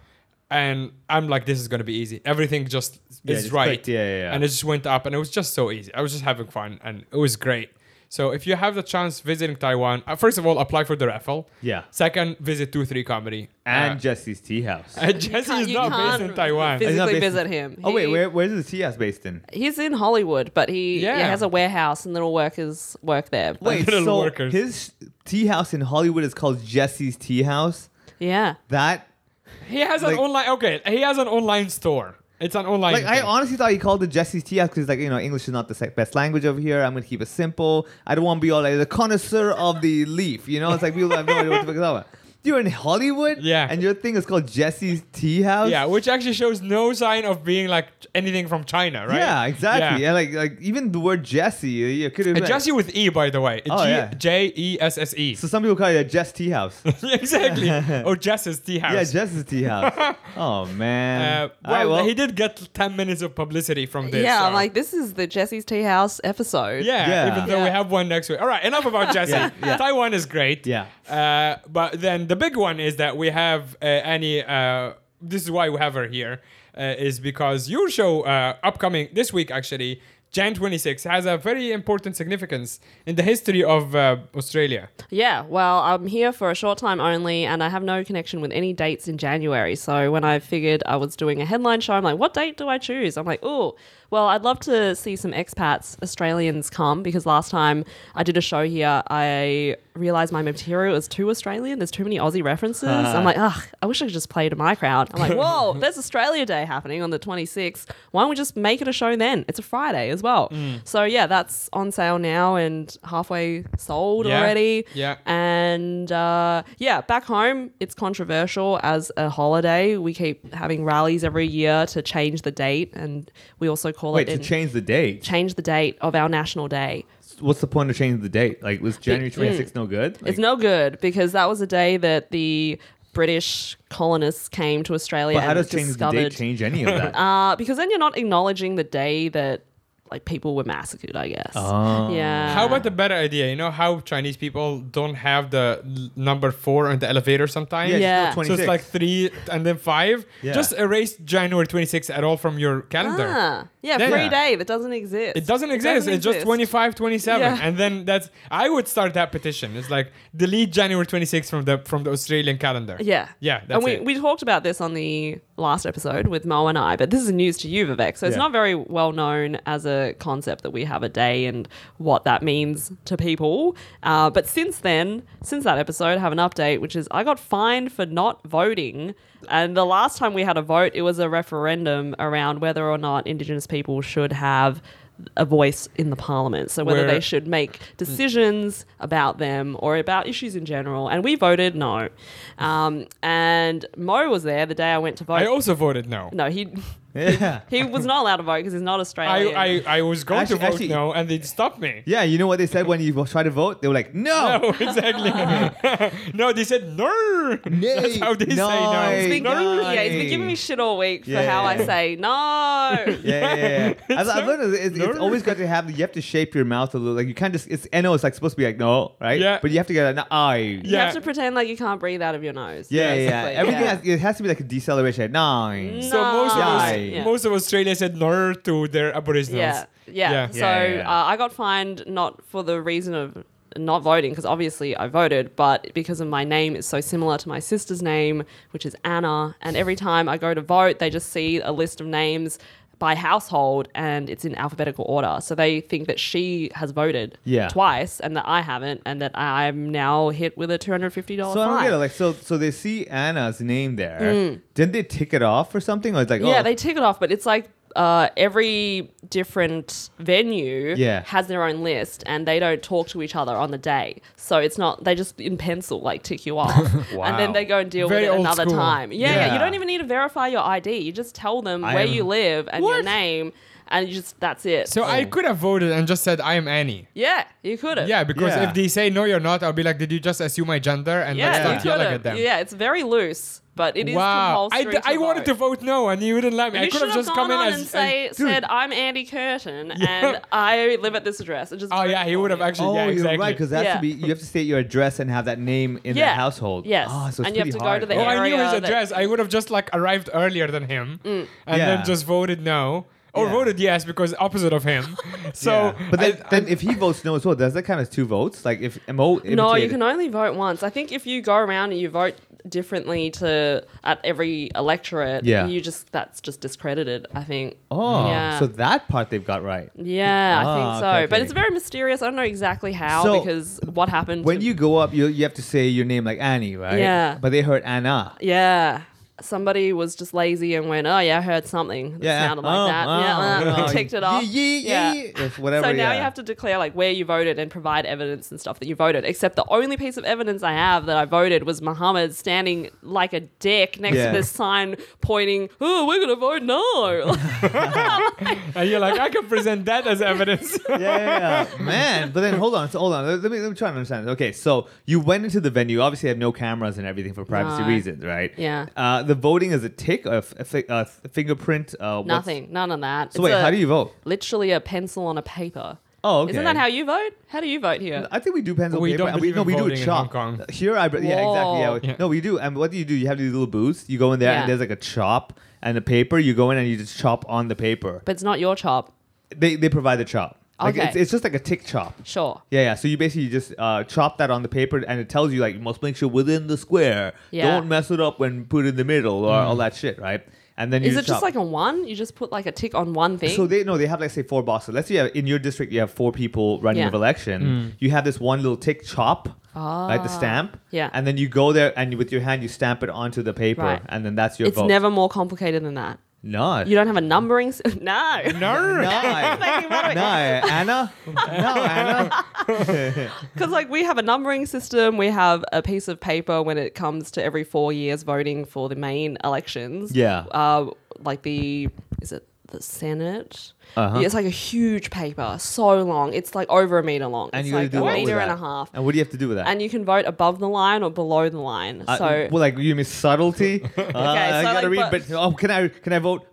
S4: and I'm like, this is gonna be easy. Everything just
S5: Yeah,
S4: is
S5: just
S4: right.
S5: clicked. Yeah, yeah, yeah.
S4: And it just went up, and it was just so easy. I was just having fun, and it was great. So if you have the chance visiting Taiwan, uh, first of all, apply for the raffle.
S5: Yeah.
S4: Second, visit two three comedy
S5: and
S4: Uh,
S5: Jesse's Tea House.
S4: and Jesse
S3: can't-
S4: is
S3: you
S4: not
S3: can't
S4: based in Taiwan.
S3: visit-
S5: It's not
S3: physically
S5: based in-
S3: visit him.
S5: Oh wait,
S3: He-
S5: where, where's the tea house based in?
S3: He's in Hollywood, but he,
S4: Yeah.
S3: he has a warehouse and little workers work there. But-
S5: Wait,
S4: Little
S5: so
S4: workers.
S5: his tea house in Hollywood is called Jesse's Tea House.
S3: Yeah.
S5: That
S4: he has an
S5: like-
S4: online. Okay, he has an online store. It's an online.
S5: like I
S4: thing.
S5: honestly thought he called it Jesse's Tea House because like you know English is not the sec- best language over here. I'm gonna keep it simple. I don't want to be all like the connoisseur of the leaf. You know, it's like people have no idea what the fuck is about. You're in Hollywood,
S4: Yeah.
S5: and your thing is called Jesse's Tea House.
S4: yeah, which actually shows no sign of being like anything from China, right?
S5: yeah, exactly. Yeah. like like even the word Jesse, you could have
S4: And Jesse with E, by the way.
S5: Oh,
S4: G-
S5: yeah.
S4: J E S S E. <laughs>
S5: <laughs> So some people call it a Jess Tea House.
S4: exactly. Oh, Or Jess's tea house.
S5: yeah, Jess's
S4: <laughs>
S5: Tea House. oh man.
S4: Uh,
S5: All right,
S4: well, he did get 10 minutes of publicity from this.
S3: yeah,
S4: so-
S3: I'm like, this is the Jesse's Tea House episode.
S4: Yeah,
S5: Yeah.
S4: even though we
S3: Yeah.
S4: have one next week. All right, enough
S3: <laughs>
S4: about Jesse.
S5: Yeah, yeah.
S4: Taiwan is great.
S5: Yeah.
S4: Uh, but then the big one is that we have uh, Annie. Uh, this is why we have her here, uh, is because your show uh, upcoming this week actually. Jan 26 has a very important significance in the history of uh, Australia.
S3: Yeah, well, I'm here for a short time only, and I have no connection with any dates in January. So when I figured I was doing a headline show, I'm like, what date do I choose? I'm like, oh, well, I'd love to see some expats, Australians come because last time I did a show here, I realized my material is too Australian. There's too many Aussie references. I'm like, ugh, I wish I could just play to my crowd. I'm like, whoa, there's Australia Day happening on the 26th. Why don't we just make it a show then? It's a Friday as well. So yeah, that's on sale now and halfway sold old
S4: Yeah.
S3: already.
S4: Yeah.
S3: And uh, yeah, back home, it's controversial as a holiday. We keep having rallies every year to change the date, and we also call
S5: Wait
S3: it
S5: to
S3: in-
S5: change the date.
S3: change the date of our national day.
S5: What's the point of changing the date? Like, was January 26th no good? Like,
S3: it's no good because that was a day that the British colonists came to Australia.
S5: But how
S3: and
S5: does change the date
S3: discovered-
S5: change any of
S3: <laughs>
S5: that?
S3: Uh, because then you're not acknowledging the day that like people were massacred. I guess.
S5: Oh.
S3: Yeah.
S5: Ah.
S4: How about the better idea? You know how Chinese people don't have the l- number four on the elevator sometimes?
S5: yeah, just
S3: Yeah.
S5: go
S4: So it's
S5: 26.
S4: like three and then five.
S5: Yeah.
S4: Just erase January 26th at all from your calendar.
S3: Ah, yeah,
S4: Then-
S3: free
S5: Yeah.
S3: day that doesn't exist.
S4: It doesn't exist. it's just
S3: exist.
S4: 25, 27.
S3: Yeah.
S4: And then that's I would start that petition. It's like delete January 26th from the from the Australian calendar.
S3: Yeah.
S4: Yeah, that's
S3: and we,
S4: it.
S3: we talked about this on the last episode with Mo and I, but this is news to you, Vivek. So it's
S5: Yeah.
S3: not very well known as a concept that we have a day and what that means to people. Uh, but since then, since that episode, I have an update, which is I got fined for not voting. And the last time we had a vote, it was a referendum around whether or not Indigenous people should have a voice in the parliament. So whether
S4: Where-
S3: they should make
S5: Mm.
S3: decisions about them or about issues in general. And we voted no. Um, and Mo was there the day I went to vote.
S4: I also voted no.
S3: no, he
S5: yeah. <laughs>
S3: he was not allowed to vote because he's not Australian.
S4: I, I, I was going
S5: Actually-
S4: to vote
S5: actually-
S4: no and they stopped me.
S5: Yeah, you know what they said when you try to vote? They were like, no.
S4: <laughs> No, exactly. <laughs> no, they said no. That's how they say
S5: Nay,
S3: He's
S4: no.
S3: been-
S5: no.
S3: yeah, he's been giving me shit all week for
S5: Yeah.
S3: how I say
S5: <laughs>
S3: no.
S5: Yeah,
S4: <laughs>
S5: yeah, yeah. I've, I've learned it's, it's
S4: no.
S5: always good to have, you have to shape your mouth a little. Like, you can't just, it's NO, it's like supposed to be like, no, right?
S4: Yeah.
S5: But you have to get an I.
S3: You
S4: Yeah.
S3: have to pretend like you can't breathe out of your nose.
S5: Yeah, yeah.
S3: basically.
S5: Everything Has, it has to be like a deceleration. Nine.
S4: So most of, us,
S5: Nay. Yeah.
S4: most of Australia said no to their aboriginals.
S3: Yeah, yeah.
S4: Yeah.
S3: So
S5: Yeah, yeah, yeah.
S3: Uh, I got fined not for the reason of not voting because obviously I voted, but because of my name is so similar to my sister's name, which is Anna. And every time I go to vote, they just see a list of names by household and it's in alphabetical order. So they think that she has voted
S5: Yeah.
S3: twice and that I haven't, and that I'm now hit with a two hundred fifty dollars
S5: So I don't
S3: fine. Mm.
S5: get it. Like, so so they see Anna's name there. Didn't they tick it off or something? Or it's like,
S3: Yeah,
S5: oh,
S3: they tick it off, but it's like uh, every different venue
S5: Yeah.
S3: has their own list and they don't talk to each other on the day. So it's not, they just in pencil like tick
S4: <laughs>
S3: you off. And
S5: Wow.
S3: then they go and deal
S4: Very
S3: with it
S4: old
S3: another
S4: school.
S3: time. Yeah,
S5: Yeah.
S3: you don't even need to verify your ID. You just tell them
S5: I
S3: where
S5: am-
S3: you live and your
S4: What?
S3: name and you just, that's it.
S4: So I could have voted and just said I am Annie.
S3: yeah, you could have.
S4: Yeah, because
S5: Yeah.
S4: if they say no, you're not, I'll be like, did you just assume my gender? And
S3: Yeah,
S4: let's
S3: you
S4: start
S3: could
S4: yelling at
S3: have.
S4: them.
S3: Yeah, it's very loose, but it is
S4: Wow, I,
S3: compulsory.
S4: d- I wanted to vote no, and you wouldn't let me. I
S3: you
S4: could
S3: should
S4: have
S3: have
S4: just
S3: gone
S4: come in
S3: on
S4: as.
S3: and say,
S4: as-
S3: said, "I'm Andy Curtin, and I live at this address." And just
S4: oh yeah, he would have actually.
S5: oh,
S4: yeah,
S5: you're
S4: exactly.
S5: right. Because that's
S3: Yeah.
S5: be, you have to state your address and have that name in
S3: Yeah.
S5: the household.
S3: Yes.
S5: Oh, so it's
S3: And you have
S5: pretty
S3: to go
S5: hard.
S3: to the
S4: oh,
S5: yeah.
S4: I knew
S3: area
S4: his
S3: that- Mm.
S4: address. I would have just like arrived earlier than him, and
S5: Yeah.
S4: then just voted no. or
S5: Yeah.
S4: voted yes because opposite of
S5: <laughs>
S4: him. so,
S5: But then,
S4: I-
S5: then if he votes no as well, does that count as two votes? Like if Mo
S3: No, you
S5: imitated-
S3: can only vote once. I think if you go around and you vote differently to at every electorate,
S5: Yeah.
S3: you just that's just discredited. I think.
S5: Oh,
S3: yeah.
S5: so that part they've got right.
S3: yeah, I
S5: Ah,
S3: think so.
S5: okay,
S3: But
S5: okay.
S3: it's very mysterious. I don't know exactly how
S5: So,
S3: because what happened
S5: When
S3: to-
S5: you go up, you you have to say your name like Annie, right?
S3: Yeah.
S5: But they heard Anna.
S3: Yeah. Somebody was just lazy and went, "Oh yeah, I heard something that
S5: Yeah.
S3: sounded like
S5: Oh,
S3: that."
S5: oh,
S3: yeah,
S4: <laughs>
S3: uh, <laughs>
S5: oh.
S3: ticked it off.
S5: Yeah, yeah, yeah. Yes, whatever,
S3: So now
S5: yeah.
S3: you have to declare like where you voted and provide evidence and stuff that you voted. Except the only piece of evidence I have that I voted was Muhammad standing like a dick next
S5: Yeah.
S3: to this sign pointing, "Oh, we're gonna vote
S5: <laughs>
S3: no." <laughs>
S4: and you're like, I can present that as evidence.
S5: <laughs> yeah,
S3: <laughs>
S5: man. But then hold on, so hold on. Let let me let me try and understand. this. Okay, so you went into the venue. Obviously, have no cameras and everything for privacy
S3: No.
S5: reasons, right?
S3: Yeah.
S5: Uh, the voting is a tick, a, f- a fi- a f- fingerprint. Uh, what's-
S3: Nothing, none of that.
S5: So wait, how do you vote?
S3: Literally a pencil on a paper.
S5: Oh, okay.
S3: Isn't that how you vote? How do you vote here?
S5: I think we do pencil
S4: We
S5: paper.
S4: don't
S5: and we,
S4: believe
S5: no,
S4: in
S5: we do
S4: voting
S5: it
S4: in
S5: chalk.
S4: Hong Kong.
S5: Here, I yeah, exactly. Yeah.
S3: Whoa.
S4: Yeah.
S5: No, we do. And what do you do? You have these little booths. You go in there,
S3: Yeah.
S5: and there's like a chop and a paper. You go in and you just chop on the paper.
S3: But it's not your chop.
S5: They they provide the chop. Like
S3: Okay.
S5: it's, it's just like a tick chop.
S3: Sure.
S5: Yeah, yeah. So you basically just uh, chop that on the paper, and it tells you like you must make sure within the square.
S3: Yeah.
S5: Don't mess it up when put in the middle
S4: Mm.
S5: or all that shit, right? And then you
S3: Is it just
S5: chop.
S3: like a one? You just put like a tick on one thing?
S5: So they no, they have like say four boxes. Let's say you have, in your district you have four people running
S3: Yeah.
S5: for election. You have this one little tick chop, like the stamp.
S3: Ah. Yeah.
S5: And then you go there and you, with your hand you stamp it onto the paper,
S3: Right.
S5: and then that's your
S3: it's
S5: vote.
S3: never more complicated than that.
S5: no.
S3: You don't have a numbering. s <laughs> no.
S5: <laughs>
S3: <laughs>
S5: no. no, Anna. No, Anna.
S3: Because, like, we have a numbering system. We have a piece of paper when it comes to every four years voting for the main elections.
S5: Yeah.
S3: Uh, like the, is it the Senate?
S5: Uh-huh.
S3: Yeah, it's like a huge paper, so long. It's like over a meter long.
S5: And
S3: it's
S5: you
S3: like
S5: gotta do
S3: a
S5: what with
S3: meter and
S5: that?
S3: a half.
S5: And what do you have to do with that?
S3: And you can vote above the line or below the line.
S5: Uh,
S3: so,
S5: well, like you
S3: <laughs>
S5: mean subtlety? okay, I
S3: so, like,
S5: gotta read.
S3: but-
S5: bet- oh, can I can I vote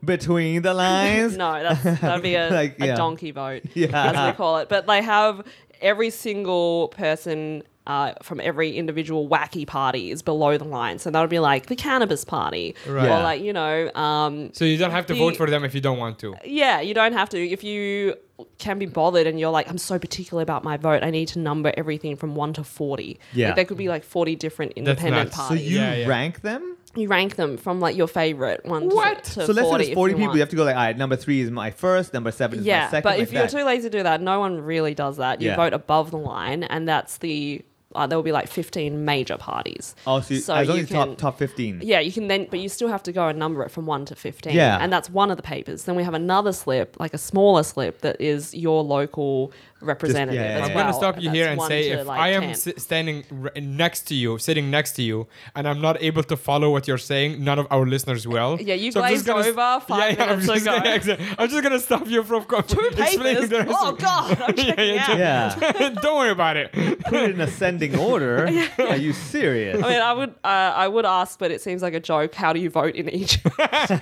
S3: <laughs>
S5: between the <laughs> lines?
S3: No, that's, that'd be a,
S5: <laughs> Like, yeah.
S3: a donkey vote,
S5: <laughs> Yeah.
S3: as we call it. But they have every single person uh, from every individual wacky party is below the line. So that would be like the cannabis party,
S4: Right.
S5: Yeah.
S3: or like you know, um,
S4: so you don't have to
S3: The-
S4: vote for them if you don't want to.
S3: yeah, you don't have to if you can be bothered and you're like, I'm so particular about my vote. I need to number everything from one to forty.
S5: Yeah.
S3: like, there could be like forty different
S4: That's
S3: independent
S4: nuts. So
S5: So
S3: parties.
S5: you
S4: Yeah, yeah.
S5: rank them.
S3: you rank them from like your favorite one. to-
S4: What?
S3: To,
S5: so let's say
S3: 40
S5: there's
S3: if
S5: 40 people.
S3: want.
S5: You have to go like, all right, number three is my first, number seven is my
S3: Yeah,
S5: second.
S3: but
S5: like
S3: if you're
S5: that.
S3: too lazy to do that, no one really does that. You
S5: Yeah.
S3: vote above the line, and that's the uh, there will be like 15 major parties.
S5: oh, so, you, as long as you're top top 15.
S3: Yeah, you can then, but you still have to go and number it from one to 15.
S5: Yeah.
S3: and that's one of the papers. Then we have another slip, like a smaller slip, that is your local representative.
S5: yeah,
S3: as
S5: yeah, yeah.
S4: I'm
S3: well,
S4: gonna stop you
S3: and
S4: here
S3: that's
S4: and
S3: one
S4: say
S3: to,
S4: if
S3: like,
S4: I am
S3: 10. <laughs>
S4: s- standing r- next to you, sitting next to you, and I'm not able to follow what you're saying, none of our listeners will.
S3: <laughs> Yeah, you
S4: So I'm just
S3: glazed
S4: gonna s-
S3: over five
S4: I'm
S3: minutes
S4: just
S3: ago.
S4: <laughs> Gonna, exa- I'm just gonna stop you from co-
S3: Two
S4: explaining <laughs>
S3: papers.
S4: the rest
S3: Oh
S4: of-
S3: God, I'm
S4: <laughs> Yeah,
S3: checking
S4: yeah,
S3: out.
S5: Yeah.
S4: <laughs> Don't worry about
S5: <laughs>
S4: it.
S5: Put it in ascending
S3: <laughs>
S5: order. Are you serious?
S3: I mean, I would, uh, I would ask, but it seems like a joke. How do you vote in
S4: <laughs>
S3: each?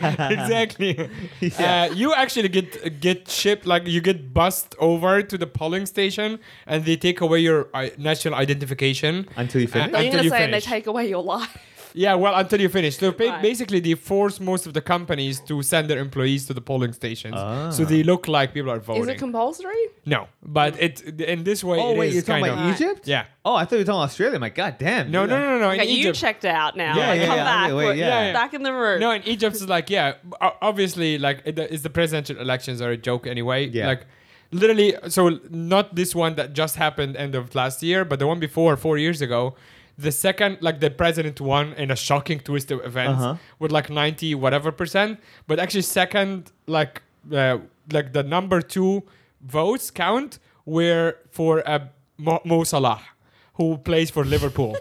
S4: exactly.
S5: Yeah.
S4: Uh, you actually get get shipped, like you get bussed over to the polling station, and they take away your uh, national identification
S5: Until you
S4: uh,
S5: finish?
S3: Are you
S4: until
S3: going to
S4: you
S3: say and they
S4: finish.
S3: take away your life?
S4: Yeah, well, until you finish. So ba-
S3: Right.
S4: basically, they force most of the companies to send their employees to the polling stations,
S5: Ah.
S4: so they look like people are voting.
S3: Is it compulsory?
S4: no, but it in this way.
S5: oh,
S4: it
S5: wait,
S4: is
S5: you're talking
S4: kind
S5: about
S4: of.
S3: Right.
S5: Egypt?
S4: Yeah.
S5: Oh, I thought you were talking about Australia. My God damn.
S4: No,
S5: dude,
S4: no,
S5: I'm-
S4: no, no, no. In
S3: Okay, you
S4: Egypt,
S3: checked out now.
S5: Yeah,
S3: Like,
S5: yeah,
S3: come
S5: yeah,
S3: back.
S5: wait, wait,
S3: We're
S5: yeah.
S3: Back in the room.
S4: No, in Egypt, it's like, yeah, o- obviously, like, it, it's the presidential elections are a joke anyway.
S5: Yeah.
S4: Like, literally, so not this one that just happened end of last year, but the one before, four years ago. The second, like, the president won in a shocking twist of events
S5: Uh-huh.
S4: with like 90 whatever percent, but actually, second, like, uh, like the number two votes count were for uh, Mo-, Mo Salah, who plays for
S5: <laughs>
S4: Liverpool.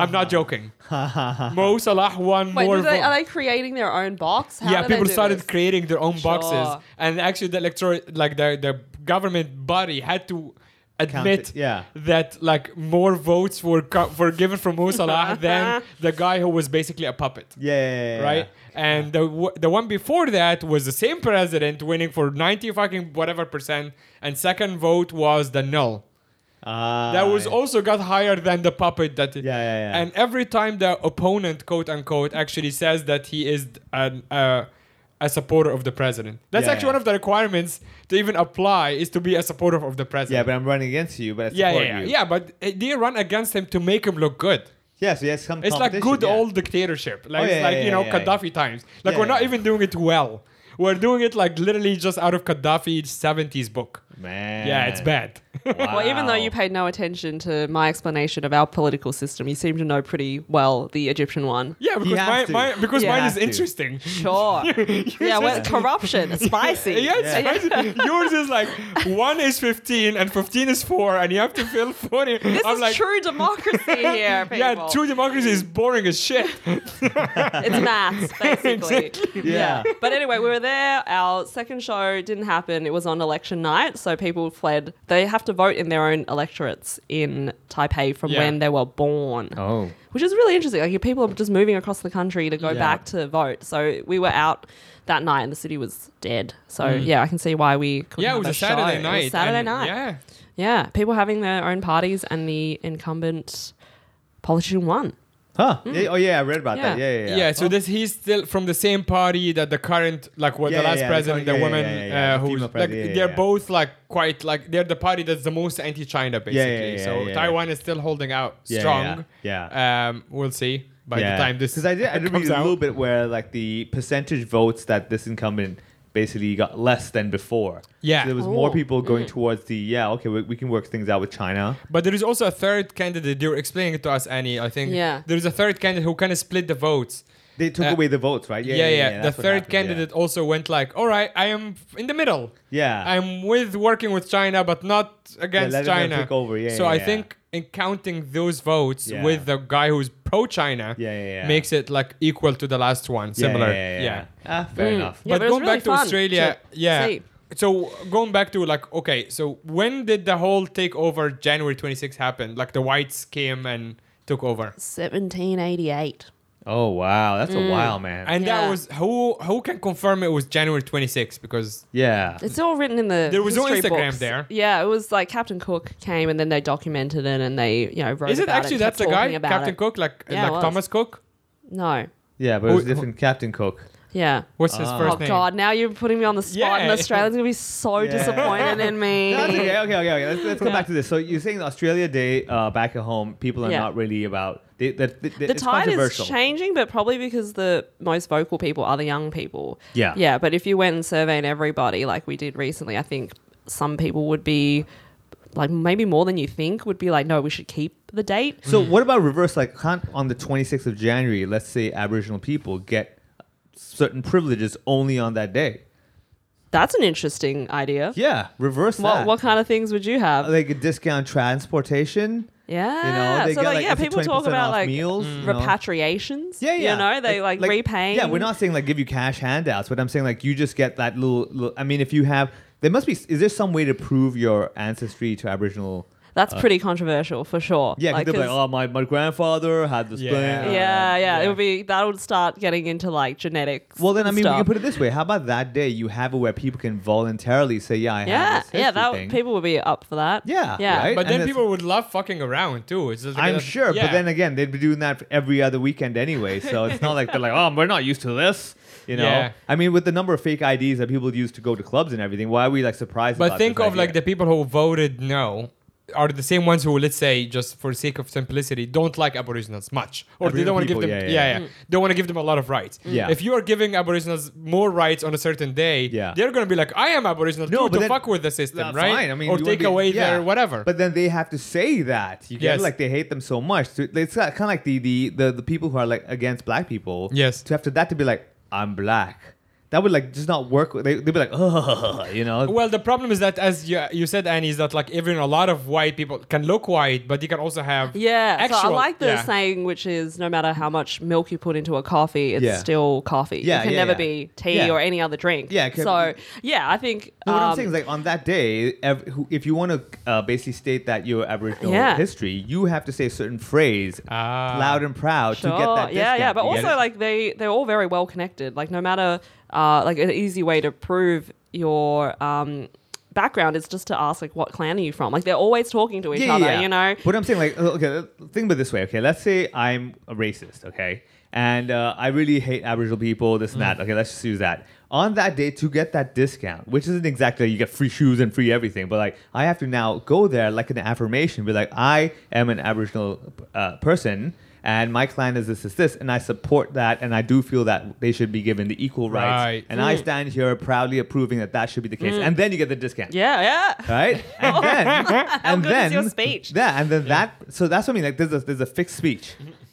S4: I'm not joking. Mo Salah won
S3: Wait,
S4: more.
S3: do they,
S4: vo-
S3: are they creating their own box? How
S4: yeah,
S3: do they
S4: people
S3: do
S4: started
S3: this?
S4: creating their own boxes,
S3: Sure.
S4: and actually, the electoral, like the the government body, had to admit
S5: it, yeah.
S4: that like more votes were co- were given from Mo
S3: <laughs>
S4: Salah than the guy who was basically a puppet,
S5: Yeah, yeah, yeah, yeah.
S4: right? And the w- the one before that was the same president winning for ninety fucking whatever percent, and second vote was the null
S5: Ah,
S4: that was
S5: yeah.
S4: also got higher than the puppet that
S5: Yeah, yeah, yeah.
S4: and every time the opponent quote unquote actually says that he is an uh, a supporter of the president. That's
S5: Yeah,
S4: actually
S5: yeah.
S4: one of the requirements to even apply is to be a supporter of the
S5: Yeah,
S4: president.
S5: but I'm running against you, but I
S4: yeah,
S5: support
S4: yeah, yeah.
S5: you.
S4: yeah, but uh, they run against him to make him look good.
S5: Yeah, so yes, some
S4: It's like
S5: competition,
S4: good
S5: yeah.
S4: old dictatorship, like
S5: Oh,
S4: it's
S5: yeah,
S4: like
S5: yeah,
S4: you know
S5: yeah, yeah.
S4: Gaddafi times. Like
S5: Yeah,
S4: we're not
S5: yeah.
S4: even doing it well. We're doing it like literally just out of Gaddafi's seventies book.
S5: man.
S4: Yeah, it's bad. <laughs>
S3: Well, even though
S5: Wow.
S3: you paid no attention to my explanation of our political system, you seem to know pretty well the Egyptian one.
S4: yeah, because
S5: has
S4: my,
S5: to.
S4: my because
S3: You
S4: mine
S5: have
S4: is
S5: to.
S4: interesting.
S3: <laughs>
S4: <laughs>
S3: Sure. yeah, well, corruption. It's spicy.
S4: Yeah, it's <laughs> spicy. yours is like one is fifteen and fifteen is four, and you have to fill four. in.
S3: This
S4: I'm
S3: is
S4: like,
S3: true
S4: <laughs>
S3: democracy here, people.
S4: yeah, true democracy is boring as
S3: <laughs>
S4: shit.
S3: It's
S4: <laughs>
S3: maths, basically.
S5: Yeah.
S3: But anyway, we were there. Our second show didn't happen. It was on election night, so people fled. They have to vote in their own electorates in Taipei from
S4: Yeah.
S3: when they were born,
S5: Oh.
S3: which is really interesting. Like your people are just moving across the country to go
S4: Yeah.
S3: back to vote. So we were out that night, and the city was dead. So yeah, I can see why we couldn't
S4: Mm. Yeah, it
S3: have
S4: was a
S3: show.
S4: Saturday
S3: It was
S4: night.
S3: Saturday
S4: and-
S3: night.
S4: Yeah,
S3: yeah, people having their own parties, and the incumbent politician won.
S5: Huh. Yeah, oh yeah, I read about that.
S3: Mm. Yeah.
S5: Yeah, yeah,
S4: yeah.
S5: yeah.
S4: so this he's still from the same party that the current, like what
S5: Yeah,
S4: the last
S5: yeah,
S4: president,
S5: yeah,
S4: the
S5: yeah,
S4: woman
S5: yeah, yeah,
S4: uh,
S5: the
S4: who's
S5: female
S4: like
S5: president, yeah,
S4: they're
S5: yeah.
S4: both like quite like they're the party that's the most anti-China
S5: yeah,
S4: basically.
S5: yeah,
S4: so
S5: yeah.
S4: Taiwan is still holding out
S5: Yeah, yeah,
S4: strong.
S5: yeah.
S4: Um, we'll see by
S5: yeah.
S4: the time this
S5: because I did I
S4: <laughs>
S5: did read
S4: comes
S5: a
S4: out.
S5: little bit where like the percentage votes that this incumbent basically got less than before.
S4: Yeah.
S5: so there was
S3: Oh.
S5: more people going towards the yeah okay we, we can work things out with China.
S4: But there is also a third candidate. They were explaining it to us, Annie. I think.
S3: Yeah.
S4: There is a third candidate who kind of split the votes.
S5: They took
S4: Uh,
S5: away the votes, right?
S4: Yeah, yeah. The
S5: that's what
S4: third
S5: happened, yeah.
S4: candidate also went like, "All right, I am f- in the middle.
S5: Yeah.
S4: I'm with working with China, but not against
S5: let them
S4: China."
S5: take over, yeah,
S4: so
S5: yeah,
S4: I
S5: yeah.
S4: think in counting those votes
S5: Yeah.
S4: with the guy who's pro-China,
S5: Yeah, yeah, yeah.
S4: makes it like equal to the last one,
S5: Yeah,
S4: similar.
S5: Yeah, yeah, yeah. Ah, fair enough.
S3: Yeah,
S4: but,
S3: but it was
S4: going
S3: really
S4: back to
S3: fun
S4: Australia,
S3: to
S4: yeah.
S3: see.
S4: So going back to like, okay, so when did the whole takeover January 26 happen? Like the whites came and took over,
S3: 1788.
S5: Oh wow, that's
S3: Mm.
S5: a while, man.
S4: and
S3: Yeah.
S4: that was who who can confirm it was January 26 because
S5: yeah,
S3: It's all written in the.
S4: There was no
S3: history
S4: Instagram
S3: books.
S4: there.
S3: Yeah, it was like Captain Cook came and then they documented it and they, you know, wrote
S4: is it
S3: about
S4: actually
S3: it,
S4: that's
S3: kept
S4: the guy
S3: talking about
S4: Captain
S3: it.
S4: Cook like
S3: Yeah, it
S4: like
S3: was.
S4: Thomas Cook?
S3: No.
S5: yeah, but it was
S4: Who-
S5: a different Captain Cook.
S3: Yeah.
S4: What's
S5: Uh-huh.
S4: his
S3: Oh
S4: first name?
S3: God! Now you're putting me on the spot, and
S4: Yeah.
S3: Australians gonna be so
S5: Yeah.
S3: disappointed in me.
S5: No, <laughs> that's okay, okay, okay, okay. Let's, let's go back to this. So you're saying Australia Day uh, back at home, people are
S3: Yeah.
S5: not really about they, they, they,
S3: the
S5: it's
S3: tide is
S5: controversial.
S3: changing, but probably because the most vocal people are the young people.
S5: Yeah.
S3: Yeah. But if you went and surveyed everybody like we did recently, I think some people would be like maybe more than you think would be like, no, we should keep the date.
S5: So what about reverse? Like can't on the 26th of January, let's say Aboriginal people get certain privileges only on that day.
S3: That's an interesting idea.
S5: Yeah, reverse
S3: What,
S5: that.
S3: what kind of things would you have?
S5: like a discount transportation.
S3: Yeah.
S5: they
S3: so
S5: get,
S3: like,
S5: like,
S3: yeah,
S5: is it
S3: people talk
S5: 20%
S3: about
S5: off
S3: like
S5: meals,
S3: mm,
S5: you know?
S3: repatriations.
S5: Yeah, yeah.
S3: You know, they like, repaying.
S5: Yeah, we're not saying like give you cash handouts, but I'm saying like you just get that little. little I mean, if you have, there must be. Is there some way to prove your ancestry to Aboriginal?
S3: That's pretty controversial for sure.
S5: uh, Yeah, because
S3: Like,
S5: they'll be like,
S3: 'cause-
S5: oh, my, my grandfather had this
S4: Yeah.
S5: thing.
S3: yeah, yeah,
S4: yeah.
S3: It would be that would start getting into like genetics.
S5: Well, then I
S3: and
S5: mean, we can
S3: stuff.
S5: put it this way. How about that day you have it where people can voluntarily say, yeah, I
S3: yeah,
S5: have this
S3: yeah,
S5: history
S3: that
S5: thing.
S3: people would be up for that.
S5: Yeah,
S3: yeah.
S5: right?
S4: But
S5: And
S4: then
S5: it's-
S4: people would love fucking around too. It's just like
S5: I'm
S4: a-
S5: sure,
S4: yeah.
S5: but then again, they'd be doing that every other weekend anyway. So it's not like they're like, oh, we're not used to this. You know,
S4: Yeah.
S5: I mean, with the number of fake IDs that people use to go to clubs and everything, why are we like surprised?
S4: But
S5: about
S4: think
S5: this
S4: of like the
S5: idea?
S4: people who voted no are the same ones who, let's say, just for sake of simplicity, don't like Aboriginals much, or they don't
S5: Aboriginal
S4: want to give
S5: people,
S4: them, yeah,
S5: yeah, yeah,
S4: yeah, don't want to give them a lot of rights.
S5: Yeah.
S4: If you are giving Aboriginals more rights on a certain day,
S5: Yeah.
S4: they're gonna be like, I am Aboriginal
S5: No,
S4: too,
S5: but
S4: to
S5: then-
S4: fuck with the system,
S5: That's
S4: right?
S5: fine. I mean,
S4: or
S5: you wanna
S4: take
S5: be-
S4: away
S5: yeah.
S4: their whatever.
S5: But then they have to say that. You get it?
S4: Yes.
S5: like they hate them so much. So It's kind of like the, the the the people who are like against black people.
S4: Yes.
S5: To have to that to be like, I'm black. That would like just not work. They would be like, <laughs> oh, you know.
S4: well, the problem is that, as you you said, Annie, is that like even a lot of white people can look white, but they can also have
S3: Yeah,
S4: actual,
S3: so I like the
S4: yeah.
S3: saying, which is no matter how much milk you put into a coffee, it's
S5: Yeah.
S3: still coffee.
S5: Yeah,
S3: it can
S5: yeah,
S3: never
S5: yeah.
S3: be tea
S5: Yeah.
S3: or any other drink.
S5: Yeah, it can-
S3: so yeah, I think.
S5: No, what
S3: um,
S5: I'm saying is, like, on that day, ev- who- if you want to uh, basically state that your Aboriginal
S3: Yeah.
S5: history, you have to say a certain phrase
S4: Ah.
S5: loud and proud to get that.
S3: yeah, yeah,
S5: discount.
S3: but
S5: You get
S3: also
S5: it?
S3: like they they're all very well connected. Like no matter uh, like an easy way to prove your um, background is just to ask like what clan are you from like they're always talking to each
S5: Yeah,
S3: other
S5: yeah, yeah.
S3: you know
S5: What I'm saying, like, uh, okay, think about it this way. Okay, let's say I'm a racist, okay, and uh, I really hate Aboriginal people, this and
S3: Mm.
S5: that. Okay, let's just use that. On that day, to get that discount, which isn't exactly you get free shoes and free everything, but like I have to now go there like an affirmation, be like, I am an Aboriginal uh, person. And my clan is this, this, this, and I support that, and I do feel that they should be given the equal rights.
S4: Right.
S5: And
S3: Mm.
S5: I stand here proudly approving that that should be the case. And then you get the discount
S3: yeah yeah
S5: right? And then, and
S3: good is
S5: then
S3: your speech?
S5: Yeah, and then that. So that's what I mean. Like, there's a there's a fixed speech.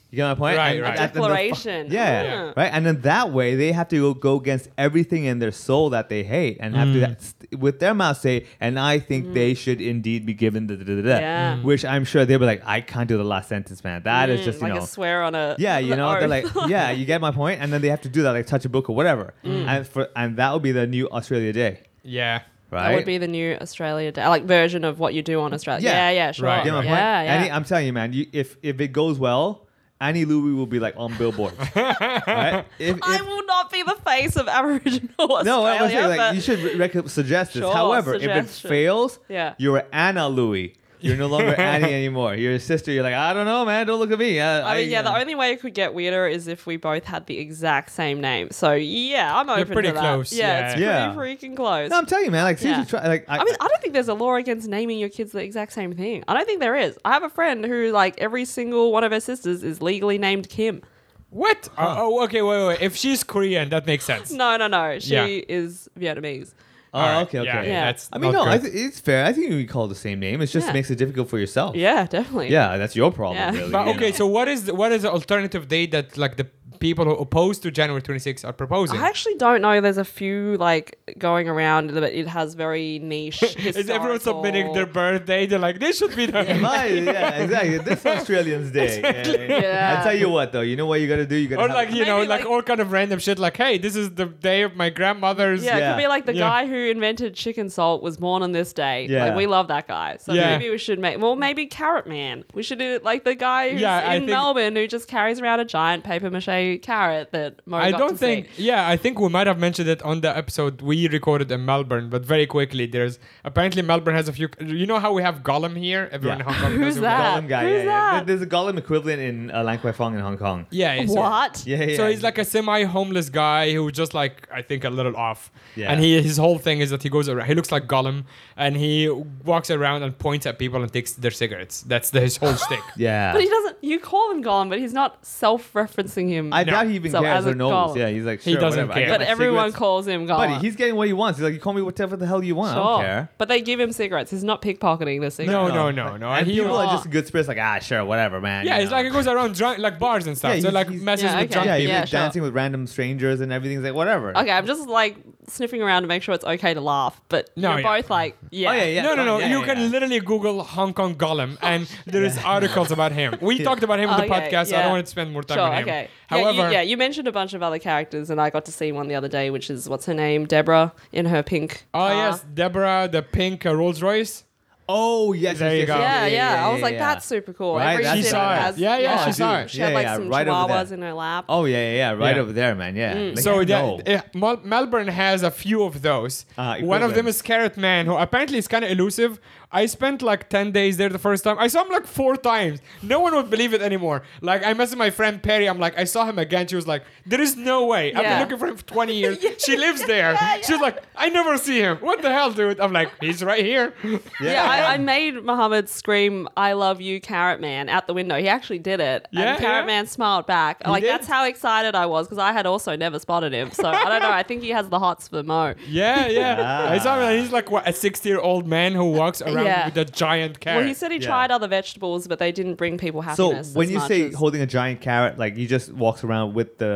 S5: You get my point?
S4: Right,
S5: And
S4: right.
S5: that- then the fi-
S3: Declaration.
S5: yeah,
S3: Yeah.
S5: right. And then that way, they have to go, go against everything in their soul that they hate, and have to that, st- with their mouth say, "And I think they should indeed be given the da, da, da, da,"
S3: Mm. Yeah. Mm.
S5: Which I'm sure they'll be like, "I can't do the last sentence, man. That is just
S3: <laughs>
S5: you
S3: like
S5: know."
S3: a swear on a <laughs>
S5: yeah, you
S3: an
S5: know, they're
S3: oath.
S5: like, yeah, you get my point, and then they have to do that, like touch a book or whatever,
S3: Mm.
S5: and for and that would be the new Australia Day,
S4: Yeah.
S5: right?
S3: that would be the new Australia Day, like version of what you do on Australia.
S5: Yeah.
S3: Yeah, yeah, sure.
S4: Right.
S5: Get
S3: Yeah,
S5: my point? uh,
S3: yeah.
S5: Annie, I'm telling you, man. You, if if it goes well, Annie Louie will be like on billboards. right? If, if,
S3: I will not be the face of Aboriginal Australia.
S5: no, I was saying like
S3: but-
S5: you should re- rec- suggest this.
S3: Sure,
S5: However, if it
S3: suggestion.
S5: fails,
S3: Yeah.
S5: you're Anna Louie. You're no longer Annie anymore. You're a sister. You're like I don't know, man. Don't look at me. I,
S3: I mean, yeah, the only way it could get weirder is if we both had the exact same name. So yeah, I'm open
S4: pretty
S3: to that.
S4: close, yeah.
S3: Yeah, it's
S5: Yeah.
S3: pretty freaking close.
S5: No, I'm telling you, man. Like seriously,
S3: Yeah.
S5: try. Like I,
S3: I mean, I don't think there's a law against naming your kids the exact same thing. I don't think there is. I have a friend who, like, every single one of her sisters is legally named Kim.
S4: What? Oh, oh, okay, wait, wait, wait. If she's Korean, that makes sense.
S3: No, no, no. She
S4: Yeah.
S3: is Vietnamese.
S5: oh,
S4: All right,
S5: okay, okay.
S4: Yeah,
S3: Yeah.
S4: That's
S5: I mean,
S4: not
S5: no, I
S4: good.
S5: th- it's fair. I think we call the same name. It just
S3: Yeah.
S5: makes it difficult for yourself.
S3: Yeah, definitely.
S5: Yeah, that's your problem.
S3: Yeah.
S5: Really,
S4: But
S5: you
S4: okay,
S5: know?
S4: so what is the, what is the alternative date that like the people who opposed to January 26 are proposing?
S3: I actually don't know. There's a few like going around, but it has very
S4: <laughs>
S3: niche.
S4: <laughs> Is everyone submitting their birthday? They're like, this should be the <laughs>
S5: My, yeah, exactly.
S3: <laughs>
S5: This Australians Day. Yeah.
S3: Yeah.
S5: I tell you what, though, you know what you gotta do. You gotta
S4: or
S5: have-
S4: like you know,
S3: Maybe,
S4: like,
S3: like-
S4: all kind of random shit. Like, hey, this is the day of my grandmother's.
S3: Yeah, it
S5: Yeah.
S3: could be like the
S4: Yeah.
S3: guy who invented chicken salt was born on this day.
S5: Yeah.
S3: Like we love that guy. So
S4: Yeah.
S3: maybe we should make well maybe Carrot Man. We should do it like the guy who's
S4: Yeah, I
S3: in
S4: think-
S3: Melbourne who just carries around a giant paper mache carrot that Mo
S4: I
S3: got
S4: don't
S3: to
S4: think.
S3: see.
S4: Yeah, I think we might have mentioned it on the episode we recorded in Melbourne, but very quickly, there's apparently Melbourne has a few. You know how we have Gollum here. Everyone
S5: Yeah.
S4: in Hong Kong. knows
S3: <laughs> Who's
S4: who
S3: that?
S5: Gollum guy.
S3: Who's
S5: yeah, yeah.
S3: that?
S5: There's a Gollum equivalent in uh, Lang Kwai Fong in Hong Kong.
S4: Yeah. yeah so-
S3: What?
S5: Yeah, <laughs> yeah.
S4: So he's like a semi-homeless guy who just like I think a little off.
S5: Yeah.
S4: And he his whole thing is that he goes around. He looks like Gollum, and he walks around and points at people and takes their cigarettes. That's the, his whole shtick.
S5: <laughs> yeah.
S3: But he doesn't you call him Gollum, but he's not self referencing him.
S5: I
S4: No.
S5: doubt he even
S3: So
S5: cares
S3: as a
S5: or knows.
S3: Gollum.
S5: Yeah, he's like
S4: He
S5: sure,
S4: doesn't
S5: whatever. I
S4: care.
S5: get
S3: but
S5: my
S3: everyone
S5: cigarettes.
S3: calls him Gollum.
S5: Buddy, he's getting what he wants. He's like, you call me whatever the hell you want. I don't care.
S3: But they give him cigarettes. He's not pickpocketing the cigarettes.
S4: Oh, No, no, no, no.
S5: And
S4: he-
S5: people are just in good spirits, like ah, sure, whatever, man.
S4: Yeah,
S5: you
S4: it's
S5: know.
S4: like it goes around drunk, like bars and stuff.
S5: Yeah,
S4: so
S5: he's-
S4: like
S5: he's-
S4: messes
S3: Yeah,
S4: with
S3: okay.
S4: drunk
S5: yeah,
S4: people.
S5: he's
S3: Yeah,
S5: like
S3: sure.
S5: dancing with random strangers and everything. He's like, whatever.
S3: Okay, I'm just like sniffing around to make sure it's okay to laugh, but
S4: No,
S3: you're
S4: yeah.
S3: both like, yeah.
S5: Oh, yeah, yeah.
S4: no, no, no.
S5: Yeah,
S4: you
S5: yeah,
S4: can
S5: yeah.
S4: literally Google Hong Kong
S5: <laughs>
S4: Gollum, and there is articles about him. We talked about him on the
S3: Okay,
S4: podcast. I
S3: Oh, yeah.
S4: don't want to spend more time
S3: Sure,
S4: on him.
S3: okay.
S4: However,
S3: yeah you, yeah, you mentioned a bunch of other characters, and I got to see one the other day, which is what's her name, Deborah, in her pink.
S4: oh
S3: car.
S4: yes, Deborah, the pink uh, Rolls Royce.
S5: Oh yes,
S4: There
S5: yes,
S4: you
S5: yes,
S4: go.
S3: Yeah,
S5: yes,
S3: yeah, I was like,
S5: yeah.
S3: that's super cool.
S5: Right,
S3: Every
S5: that's
S3: city
S5: She saw it.
S3: has-
S4: Yeah, yeah, she saw it.
S3: She had
S5: Yeah,
S3: like
S5: yeah,
S3: some
S5: right over
S3: chihuahuas Mm.
S5: there.
S3: in her lap.
S5: Oh yeah, yeah, yeah, right
S4: Yeah.
S5: over there, man. Yeah. Like,
S4: So
S5: I
S4: yeah,
S5: know.
S4: eh, Mel- Melbourne has a few of those.
S5: Ah,
S4: One of them
S5: equivalents.
S4: is Carrot Man, who apparently is kind of elusive. I spent like ten days there the first time. I saw him like four times. No one would believe it anymore. Like I messaged my friend Perry. I'm like, I saw him again. She was like, There is no way. I've been
S3: <laughs> Yeah.
S4: looking for him for 20 years. she lives there. She was like, I never see him. What the hell, dude? I'm like, He's right here.
S3: Yeah, I, I made Muhammad scream, I love you, Carrot Man, out the window. He actually did it.
S4: Yeah,
S3: and Carrot
S4: yeah.
S3: Man smiled back. like,
S4: did?
S3: that's how excited I was because I had also never spotted him. So I don't know. I think he has the hots for Mo.
S4: <laughs> yeah,
S5: <laughs>
S4: yeah.
S5: Ah.
S4: I saw him. And he's like what, a 60 year old man who walks around
S3: Yeah.
S4: with a giant carrot.
S3: Well, he said he
S5: Yeah.
S3: tried other vegetables, but they didn't bring people
S5: So
S3: happiness.
S5: when
S3: as
S5: you
S3: much
S5: say
S3: as-
S5: holding a giant carrot, like you just walks around with the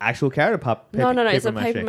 S5: actual carrot pop.
S3: no,
S5: paper-
S3: no, no, it's a
S5: papier-mâché.
S3: paper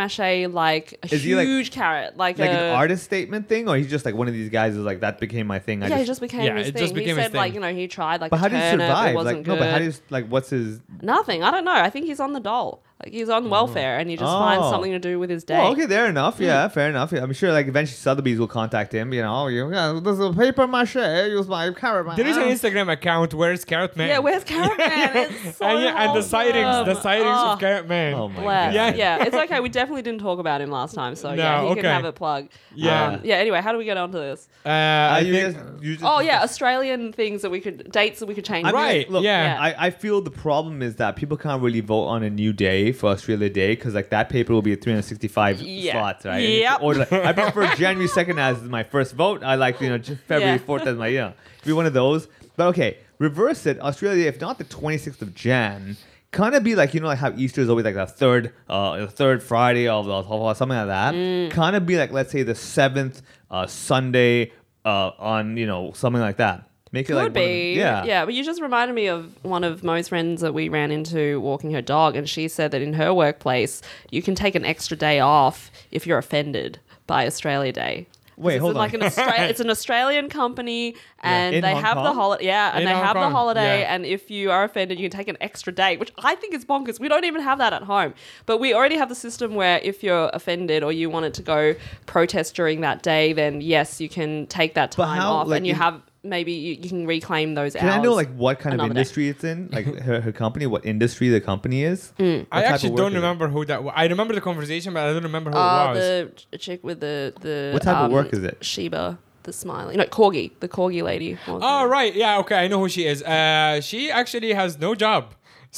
S3: mache like a
S5: Is he, like-
S3: huge carrot, like,
S5: Like
S3: a,
S5: an artist statement thing, or he's just like one of these guys who's like that became my thing. I
S3: Yeah,
S5: just,
S3: he just became
S4: Yeah,
S3: his
S4: it
S3: thing.
S4: just became
S3: he
S4: his
S3: said like
S4: thing.
S3: you know he tried like
S5: But
S3: a
S5: how did he
S3: turnip, it
S5: survive?
S3: wasn't
S5: Like
S3: good.
S5: no, but how does like what's his?
S3: Nothing. I don't know. I think he's on the dole. Like he's
S4: Oh.
S3: on welfare, and he just finds
S5: Oh.
S3: something to do with his day.
S5: Well, okay, fair
S3: Hmm.
S5: enough. Yeah, fair enough. Yeah, I'm sure like eventually Sotheby's will contact him. You know, you yeah, this is a paper mache. Use my camera.
S4: There is an Instagram account where it's Carrot Man.
S3: Um, Yeah, where's Carrot Man?
S4: <laughs>
S3: It's so
S4: and, yeah, and the sightings, the
S3: wholesome.
S4: sightings
S3: Oh.
S4: of Carrot Man.
S5: Oh my
S3: Bless.
S5: god.
S3: Yeah.
S4: Yeah.
S5: <laughs>
S3: it's okay. We definitely didn't talk about him last time, so
S4: No,
S3: yeah, he
S4: okay.
S3: can have a plug.
S4: Yeah.
S3: um, yeah. Anyway, how do we get onto this?
S4: Uh,
S5: Uh,
S4: I
S5: you
S4: think-
S5: just, you just,
S3: Oh yeah, Australian things that we could dates that we could change.
S5: I mean,
S4: Right.
S5: like, look,
S4: yeah.
S3: Yeah.
S5: I, I feel the problem is that people can't really vote on a new day for Australia Day because like that paper will be at 365
S3: Yeah.
S5: slots, right? And you
S3: Yep.
S5: can Order, like, I prefer January 2nd as my first vote. I like you know J- February
S3: Yeah.
S5: 4th as my you know be one of those. But okay, reverse it. Australia Day, if not the 26th of Jan. Kind of be like you know like how Easter is always like the third uh the third Friday of the something like that.
S3: Mm.
S5: Kind of be like let's say the seventh uh Sunday uh on you know something like that. Make it
S3: Could
S5: like one of the-
S3: be.
S5: yeah
S3: yeah, but you just reminded me of one of Mo's friends that we ran into walking her dog, and she said that in her workplace, you can take an extra day off if you're offended by Australia Day. 'Cause
S5: Wait,
S3: it's
S5: hold
S3: like
S5: on.
S3: An
S5: <laughs>
S3: Austra- it's an Australian company, and
S5: In
S3: they
S5: Hong
S3: have the
S5: Kong?
S3: holiday. Yeah, and
S4: In
S3: they
S4: Hong
S3: have
S4: Kong,
S3: the holiday.
S4: yeah.
S3: And if you are offended, you can take an extra day, which I think is bonkers. We don't even have that at home, but we already have the system where if you're offended or you wanted to go protest during that day, then yes, you can take that
S5: But
S3: time
S5: how,
S3: off,
S5: like,
S3: and you
S5: in-
S3: have maybe you, you can reclaim those
S5: Can
S3: hours.
S5: I know like what kind of
S3: another day.
S5: industry it's in? Like her, her company, what industry the company is? What
S4: I
S5: type of
S4: actually
S5: work
S4: don't
S5: is it?
S4: remember who that was. I remember the conversation, but I don't remember who
S3: Uh,
S4: it was.
S3: the ch- chick with the the um,
S5: What type of work is it?
S3: Sheba, the smiley, no corgi, the corgi lady. was
S4: Oh,
S3: it?
S4: right. Yeah, okay. I know who she is. Uh, she actually has no job.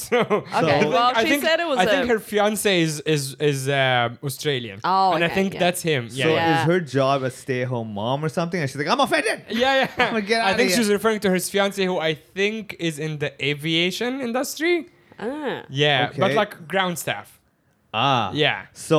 S4: <laughs> So, okay.
S3: well, she said it was
S4: I think
S3: a-
S4: her fiance is is is uh, Australian.
S3: Oh,
S4: and I
S3: okay,
S4: think
S3: yeah.
S4: that's him. Yeah,
S5: So
S4: yeah, <laughs>
S3: Yeah.
S5: is her job a stay-at-home mom or something? And she's like, I'm offended.
S4: yeah. yeah.
S5: gonna <laughs> get
S4: I
S5: outta
S4: think
S5: here.
S4: she's referring to her fiance, who I think is in the aviation industry.
S3: Ah.
S4: Yeah, but
S5: Okay.
S4: like ground staff.
S5: Ah,
S4: Yeah.
S5: So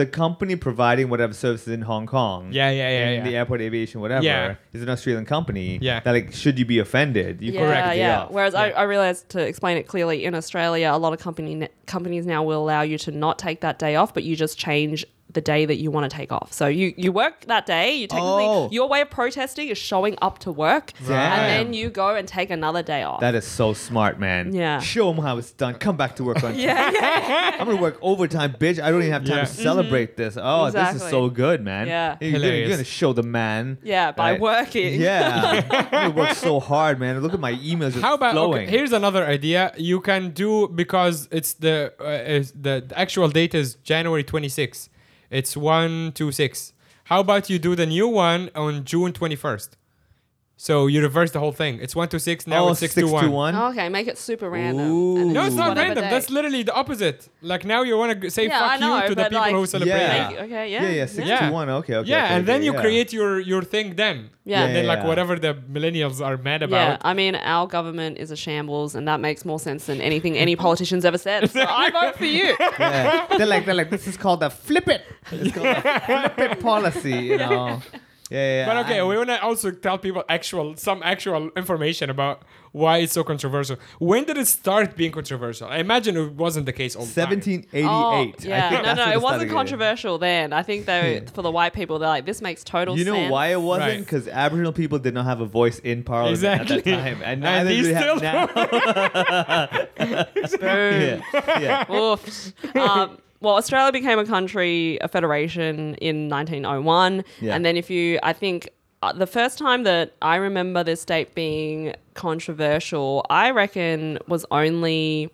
S5: the company providing whatever services in Hong Kong,
S4: Yeah, yeah, yeah,
S5: in
S4: yeah.
S5: the airport aviation, whatever,
S4: Yeah.
S5: is an Australian company.
S4: Yeah.
S5: that like, should you be offended? You
S3: Yeah,
S5: correct. the
S3: yeah.
S5: off.
S3: Whereas I, I realized to explain it clearly in Australia, a lot of company ne- companies now will allow you to not take that day off, but you just change the day that you want to take off. So you you work that day. You technically
S5: Oh.
S3: your way of protesting is showing up to work,
S5: Damn.
S3: and then you go and take another day off.
S5: that is so smart, man.
S3: Yeah.
S5: Show them how it's done. Come back to work on time.
S3: yeah, <laughs> yeah. Mm-hmm.
S5: I'm gonna work overtime, bitch. I don't even have time
S4: Yeah.
S5: to celebrate this. Oh, this is
S3: Exactly.
S5: so good, man.
S3: Yeah.
S5: You're gonna, you're
S4: Hilarious.
S5: gonna show the man.
S3: Yeah, by working. <laughs>
S5: Yeah, I work so hard, man. Look at my emails. Just
S4: How about
S5: flowing.
S4: okay, here's another idea you can do because it's the uh, is the, the actual date is January 26. It's 126. How about you do the new one on June 21st? So you reverse the whole thing. It's 126 now
S5: oh,
S4: it's 6 to
S5: six
S4: 1.
S5: to one.
S3: Okay, make it super random.
S5: Ooh.
S3: and
S4: No, it's not
S3: whatever
S4: random.
S3: day.
S4: That's literally the opposite. Like now you want to say
S3: Yeah, I
S4: fuck
S3: know,
S4: you to the
S3: but,
S4: people
S3: like-
S4: who celebrate.
S5: Yeah.
S4: it.
S3: Like, okay, yeah.
S5: Yeah, yeah, six
S4: Yeah.
S5: to one. Okay, okay.
S4: yeah,
S5: okay,
S4: and then
S5: okay,
S4: you
S5: yeah.
S4: create your your thing then.
S3: Yeah.
S4: And then
S5: Yeah,
S4: like
S5: yeah.
S4: whatever the millennials are mad
S3: Yeah,
S4: about.
S3: I mean, our government is a shambles, and that makes more sense than anything
S4: <laughs>
S3: any politician's ever said. So I vote for you.
S5: Yeah. They're like, they're like, this is called the flip it. It's called
S4: <laughs>
S5: the flip it policy, you know. Yeah, yeah.
S4: But okay,
S5: I-
S4: we want to also tell people actual some actual information about why it's so controversial. When did it start being controversial? I imagine it wasn't the case all the time.
S5: 1788.
S3: Oh,
S5: I
S3: yeah. No, no,
S5: think that's when
S3: it
S5: started
S3: wasn't
S5: getting-
S3: controversial then. I think they for the white people, they're like, this makes total
S5: You
S3: sense.
S5: know why it wasn't?
S4: Right.
S5: Because Aboriginal people did not have a voice in Parliament at that
S4: Exactly.
S5: time, and
S4: <laughs> And
S5: neither
S4: they
S5: do they
S4: still
S5: have now.
S4: <laughs>
S3: Boom.
S5: yeah,
S3: <laughs>
S5: yeah.
S3: Oof. Um, well, Australia became a country, a federation in 1901.
S5: Yeah.
S3: And then, if you, I think uh, the first time that I remember this date being controversial, I reckon was only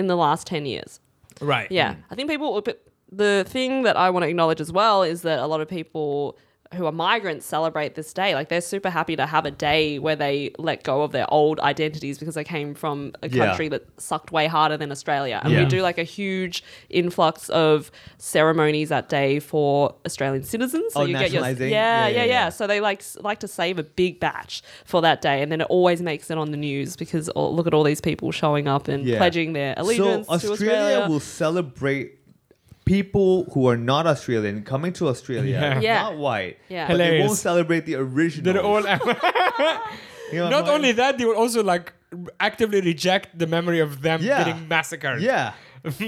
S3: in the last 10 years.
S4: Right.
S3: Yeah.
S5: mm.
S3: I think people, but the thing that I want to acknowledge as well is that a lot of people who are migrants celebrate this day. Like they're super happy to have a day where they let go of their old identities because they came from a
S5: Yeah.
S3: country that sucked way harder than Australia. And
S5: Yeah.
S3: we do like a huge influx of ceremonies that day for Australian citizens.
S5: Oh,
S3: yeah,
S5: nationalising?
S3: yeah,
S5: Yeah,
S3: yeah,
S5: yeah, yeah.
S3: So they like s- like to save a big batch for that day, and then it always makes it on the news because all, look at all these people showing up and
S5: Yeah.
S3: pledging their allegiance
S5: so Australia
S3: to Australia.
S5: will celebrate people who are not Australian coming to Australia,
S4: Yeah.
S3: Yeah.
S5: not white.
S3: Yeah.
S5: but they won't
S4: Hilarious.
S5: celebrate the original.
S4: They're
S5: <laughs>
S4: all <laughs> not only that, they will also like actively reject the memory of them <laughs>
S5: Yeah.
S4: getting massacred.
S5: Yeah.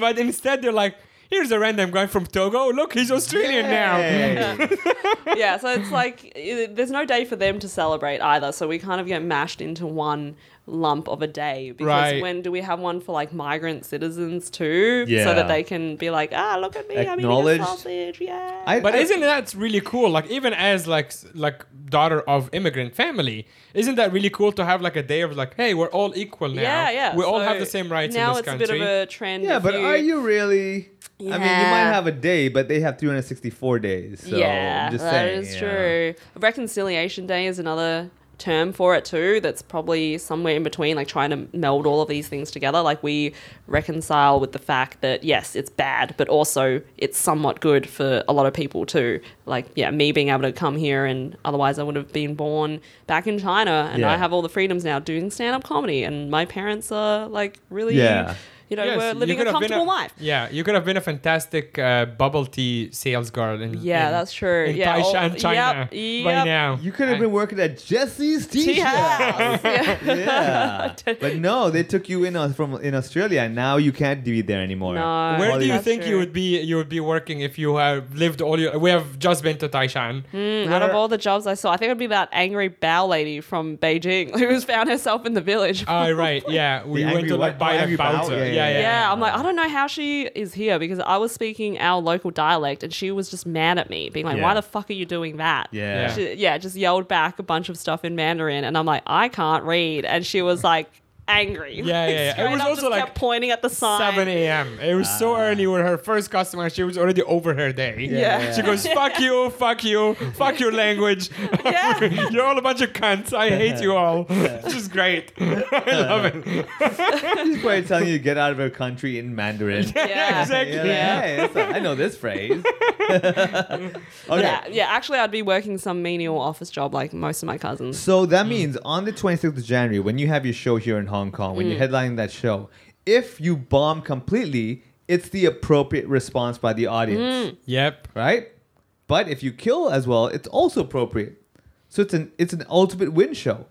S4: but instead they're like, here's a random guy from Togo. Look, he's Australian now. <laughs>
S3: yeah, so it's like i- there's no day for them to celebrate either. So we kind of get mashed into one lump of a day because
S4: Right.
S3: when do we have one for like migrant citizens too so
S5: Yeah.
S3: that they can be like ah look at me i'm eating
S5: Acknowledged.
S3: a sausage yeah
S5: I-
S4: But isn't that really cool? Like even as like s- like daughter of immigrant family, isn't that really cool to have like a day of like, hey, we're all equal now.
S3: yeah yeah
S4: We all
S3: So
S4: have the same rights
S3: now
S4: in this
S3: it's
S4: country.
S3: a bit of a trend
S5: Yeah,
S3: if
S5: but are you really? I mean, you might
S3: Yeah.
S5: have a day, but they have 364 days. So
S3: yeah
S5: I'm just
S3: that
S5: saying,
S3: is
S5: yeah.
S3: true reconciliation day is another term for it too that's probably somewhere in between like trying to meld all of these things together like we reconcile with the fact that yes it's bad but also it's somewhat good for a lot of people too like yeah me being able to come here and otherwise i would have been born back in china and
S5: Yeah.
S3: i have all the freedoms now doing stand-up comedy and my parents are like really
S5: Yeah.
S3: you know
S4: Yes,
S3: we're
S4: you
S3: living
S4: could
S3: a
S4: have been
S3: comfortable life
S4: Yeah, you could have been a fantastic uh, bubble tea sales girl in
S3: yeah
S4: in-
S3: that's true
S4: in
S3: yeah all-
S4: Taishan, China
S3: yep, yep.
S4: by now.
S5: You could have
S4: I-
S5: been working at Jesse's tea
S3: Tea
S5: shop.
S3: house. <laughs> Yeah. <laughs>
S5: Yeah, but no, they took you in uh, from in Australia, and now you can't be there anymore.
S3: No.
S4: Where
S5: Well,
S4: do you
S5: that's
S4: think you
S3: true.
S4: would be? You would be working if you have lived all your. We have just been to Taishan.
S3: Mm, Out of
S4: Where-
S3: all the jobs I saw, I think it would be that angry bow lady from Beijing <laughs> who has found herself in the village.
S4: Oh right, yeah. We went
S5: angry
S4: to like
S5: what-
S4: buy
S5: oh,
S4: a
S5: angry bao?
S4: bouncer.
S5: Yeah,
S4: Yeah,
S5: yeah,
S4: yeah.
S3: <laughs> yeah, I'm like, I don't know how she is here because I was speaking our local dialect and she was just mad at me, being like,
S5: Yeah.
S3: why the fuck are you doing that?
S5: <laughs> Yeah.
S3: She, yeah, just yelled back a bunch of stuff in Mandarin and I'm like, I can't read. And she was like, angry.
S4: Yeah,
S3: <laughs>
S4: yeah, yeah. It
S3: Straight
S4: was
S3: up
S4: also
S3: just
S4: like
S3: kept pointing at the sign.
S4: 7 a.m. It was so early. We're her first customer. She was already over her day.
S5: Ah. Yeah. Yeah.
S4: She goes, "Fuck you, fuck you, fuck your language.
S3: <laughs> Yeah.
S4: <laughs> You're all a bunch of cunts. I hate you all." <laughs> Which is
S5: <laughs>
S4: great. I love it.
S5: She's probably telling you to get out of her country in Mandarin.
S4: <laughs>
S3: Yeah.
S4: exactly.
S5: Yeah,
S3: Yeah.
S5: hey, that's a- I know this phrase. <laughs> okay.
S3: Yeah, yeah. Actually, I'd be working some menial office job like most of my cousins.
S5: So that means on the 26th of January, when you have your show here in Hong Kong, when
S3: Mm.
S5: you're headlining that show, if you bomb completely, it's the appropriate response by the
S3: Mm.
S5: audience,
S4: Yep.
S5: right? But if you kill as well, it's also appropriate. So it's an it's an ultimate win show.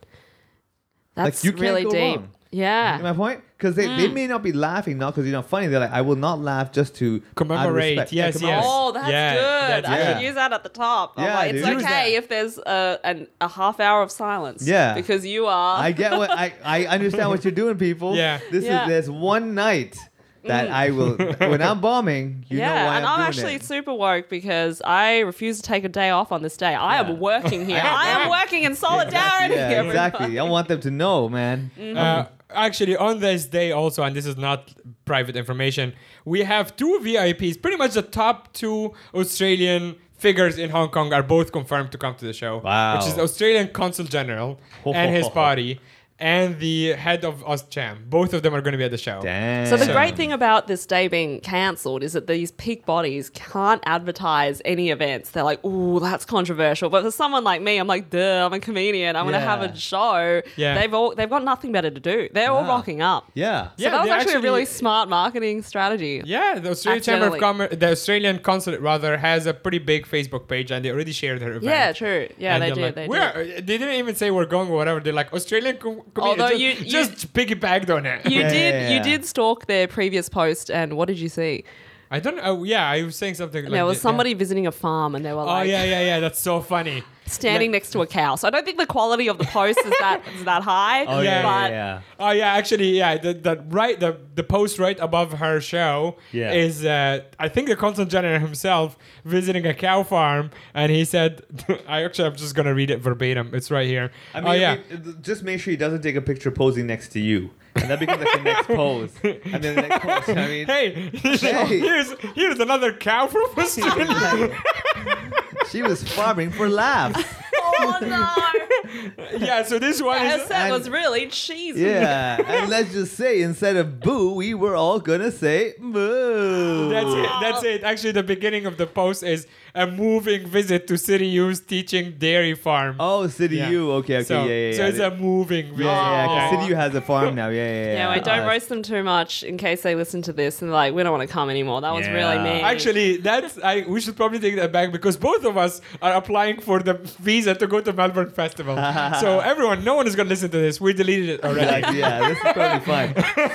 S3: That's
S5: you can't
S3: really
S5: go
S3: deep.
S5: wrong.
S3: Yeah.
S5: Get my point? Because they,
S3: Mm.
S5: they may not be laughing not because you're not funny. They're like, I will not laugh just to out of
S4: Commemorate,
S5: respect."
S4: yes,
S5: commemorate.
S4: yes.
S3: Oh, that's
S4: Yeah,
S3: good.
S4: that's-
S3: I
S5: yeah.
S3: should use that at the top. I'm
S5: Yeah,
S3: like,
S5: dude.
S3: it's
S5: Use
S3: okay
S4: that.
S3: if there's a, an, a half hour of silence.
S5: Yeah.
S3: Because you are.
S5: I get what I, I understand what you're doing, people.
S4: Yeah.
S5: This
S3: Yeah. Mm.
S5: is there's one night that I will when I'm bombing, you know
S3: yeah,
S5: why
S3: and
S5: I'm,
S3: I'm,
S5: doing
S3: actually
S5: it.
S3: super woke because I refuse to take a day off on this day. I
S5: Yeah.
S3: am working here.
S5: <laughs> Yeah.
S3: I am working in solidarity.
S5: yeah,
S3: everybody.
S5: exactly. I want them to know, man.
S3: Mm.
S4: Uh, actually, on this day also, and this is not private information, we have two VIPs. Pretty much the top two Australian figures in Hong Kong are both confirmed to come to the show.
S5: Wow.
S4: Which is the Australian Consul General and
S5: <laughs>
S4: his party, and the head of OzCham. Both of them are going to be at the show.
S5: Damn.
S3: So the great thing about this day being cancelled is that these peak bodies can't advertise any events. They're like, "Ooh, that's controversial." But for someone like me, I'm like, "Duh, I'm a comedian. I'm
S5: Yeah.
S3: gonna have a show."
S4: Yeah.
S3: They've all they've got nothing better to do. They're all
S5: Yeah.
S3: rocking up.
S5: Yeah.
S3: So that was
S4: they
S3: actually, a really smart marketing strategy.
S4: Yeah, the Australian Chamber of
S3: Accidentally.
S4: Commerce, the Australian Consulate rather, has a pretty big Facebook page, and they already shared their event.
S3: Yeah, true. Yeah,
S4: And
S3: they
S4: they're
S3: do.
S4: Like,
S3: they
S4: we're, uh,
S3: do.
S4: They didn't even say we're going or whatever. They're like Australian com- comedians.
S3: Although
S4: just,
S3: you- you-
S4: just piggybacked on it.
S3: You
S5: Yeah,
S3: did.
S5: yeah, yeah.
S3: You did stalk their previous post, and what did you see?
S4: I don't. know. oh, yeah, I was saying something. Like
S3: there was
S4: that,
S3: somebody visiting a farm, and they were
S4: Yeah. Oh
S3: like
S4: yeah, yeah, yeah. That's so funny.
S3: standing
S4: Yeah.
S3: next to a cow. So I don't think the quality of the post is that is that high.
S5: Oh yeah, yeah,
S3: but
S5: yeah.
S4: Oh yeah, actually, yeah. The, the right, the the post right above her show
S5: Yeah.
S4: is uh, I think the consul general himself visiting a cow farm, and he said, <laughs> "I actually, I'm just gonna read it verbatim. It's right here.
S5: I mean,
S4: oh yeah,
S5: we- just make sure he doesn't take a picture posing next to you, and that becomes like the next pose, and then the next pose. I mean,
S4: <laughs> <laughs> hey,
S5: Hey.
S4: <laughs> here's here's another cow from
S5: <laughs>
S4: Australia.
S5: she was farming
S3: <laughs>
S5: for laughs.
S3: oh
S5: <laughs>
S3: no,
S4: yeah, so this one
S3: her
S4: is.
S3: set
S5: and-
S3: was really cheesy.
S5: Yeah, and let's just say instead of boo, we were all gonna say moo.
S4: That's it. That's it. Actually, the beginning of the post is a moving visit to City U's teaching dairy farm.
S5: Oh, City
S4: Yeah.
S5: U. Okay, okay,
S4: so,
S5: yeah, yeah, yeah.
S4: So it's a Oh. moving visit.
S5: yeah, yeah, yeah, 'cause
S4: Okay.
S5: City U has a farm now. Yeah, yeah, yeah.
S3: Yeah, wait, don't
S5: Oh,
S3: roast them too much in case they listen to this and like, we don't want to come anymore. That was really
S5: Yeah.
S3: mean.
S4: Actually, that's I. We should probably take that back because both of us are applying for the visa to go to Melbourne Festival.
S5: <laughs>
S4: channel. so everyone, no one is going to listen to this. We deleted it already.
S5: Like, yeah, this is totally
S4: <laughs>
S5: fine.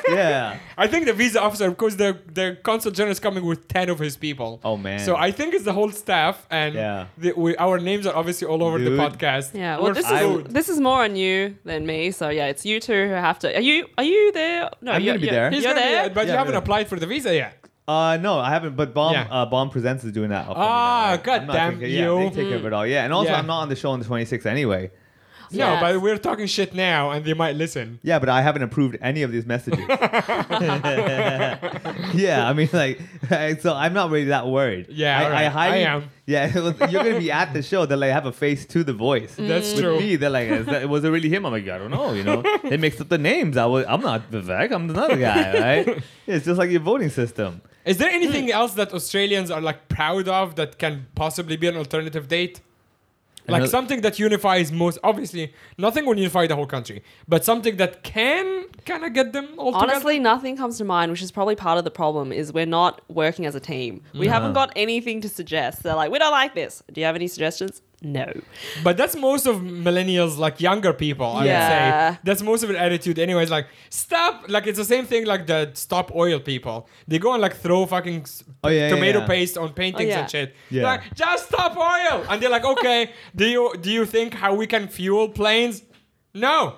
S5: Yeah.
S4: I think the visa officer, because the the consul general is coming with ten of his people.
S5: Oh, man.
S4: So I think it's the whole staff, and
S5: Yeah.
S4: the, we, our names are obviously all over
S5: Dude.
S4: the podcast.
S3: Yeah, well,
S4: We're
S3: this
S5: I
S3: is
S5: would-
S3: this is more on you than me. So yeah, it's you two who have to. Are you are you there? No,
S5: I'm
S3: you're,
S5: gonna be
S3: you're-
S5: there.
S4: He's
S3: You're
S4: gonna be-
S3: there.
S4: but
S5: Yeah,
S4: you haven't
S5: yeah.
S4: applied for the visa yet.
S5: Uh, no, I haven't. But Bomb,
S4: Yeah.
S5: uh, Bomb Presents is doing that. up for me now,
S4: Ah,
S5: right?
S4: God
S5: I'm not
S4: damn
S5: taking- Yeah,
S4: you.
S5: they take care of it all. Yeah, and also
S4: Yeah.
S5: I'm not on the show on the 26th anyway.
S3: Yeah.
S4: No, but we're talking shit now, and they might listen.
S5: Yeah, but I haven't approved any of these
S4: <laughs>
S5: messages. <laughs> yeah, I mean, like, so I'm not really that worried.
S4: Yeah,
S5: I,
S4: alright.
S5: highly-
S4: I am.
S5: Yeah, <laughs> well, you're gonna be
S4: <laughs>
S5: at the show. They'll like have a face to the voice.
S4: That's
S5: With
S4: true.
S5: Me, they're like, is that, was it really him? I'm like, I don't know. You know, they mixed up the names. I was, I'm not Vivek. I'm another guy,
S4: <laughs>
S5: right? it's just like your voting system. <laughs>
S4: Is there anything else that Australians are like proud of that can possibly be an alternative date? Like
S5: Another-
S4: something that unifies most obviously nothing will unify the whole country, but something that can kind of get them all
S3: Honestly, nothing comes to mind, which is probably part of the problem. Is we're not working as a team. We haven't got anything to suggest. They're like, we don't like this. Do you have any suggestions? No.
S4: together. But that's most of millennials, like younger people. I would
S3: Yeah.
S4: say that's most of an attitude. Anyways, like stop. Like it's the same thing. Like the stop oil people. They go and like throw fucking s-
S5: Oh, yeah, yeah,
S4: tomato
S5: yeah.
S4: paste on paintings
S3: Oh, yeah.
S4: and shit.
S5: Yeah.
S4: Like just stop oil, and they're like, okay, do you do you think how we can fuel planes? No.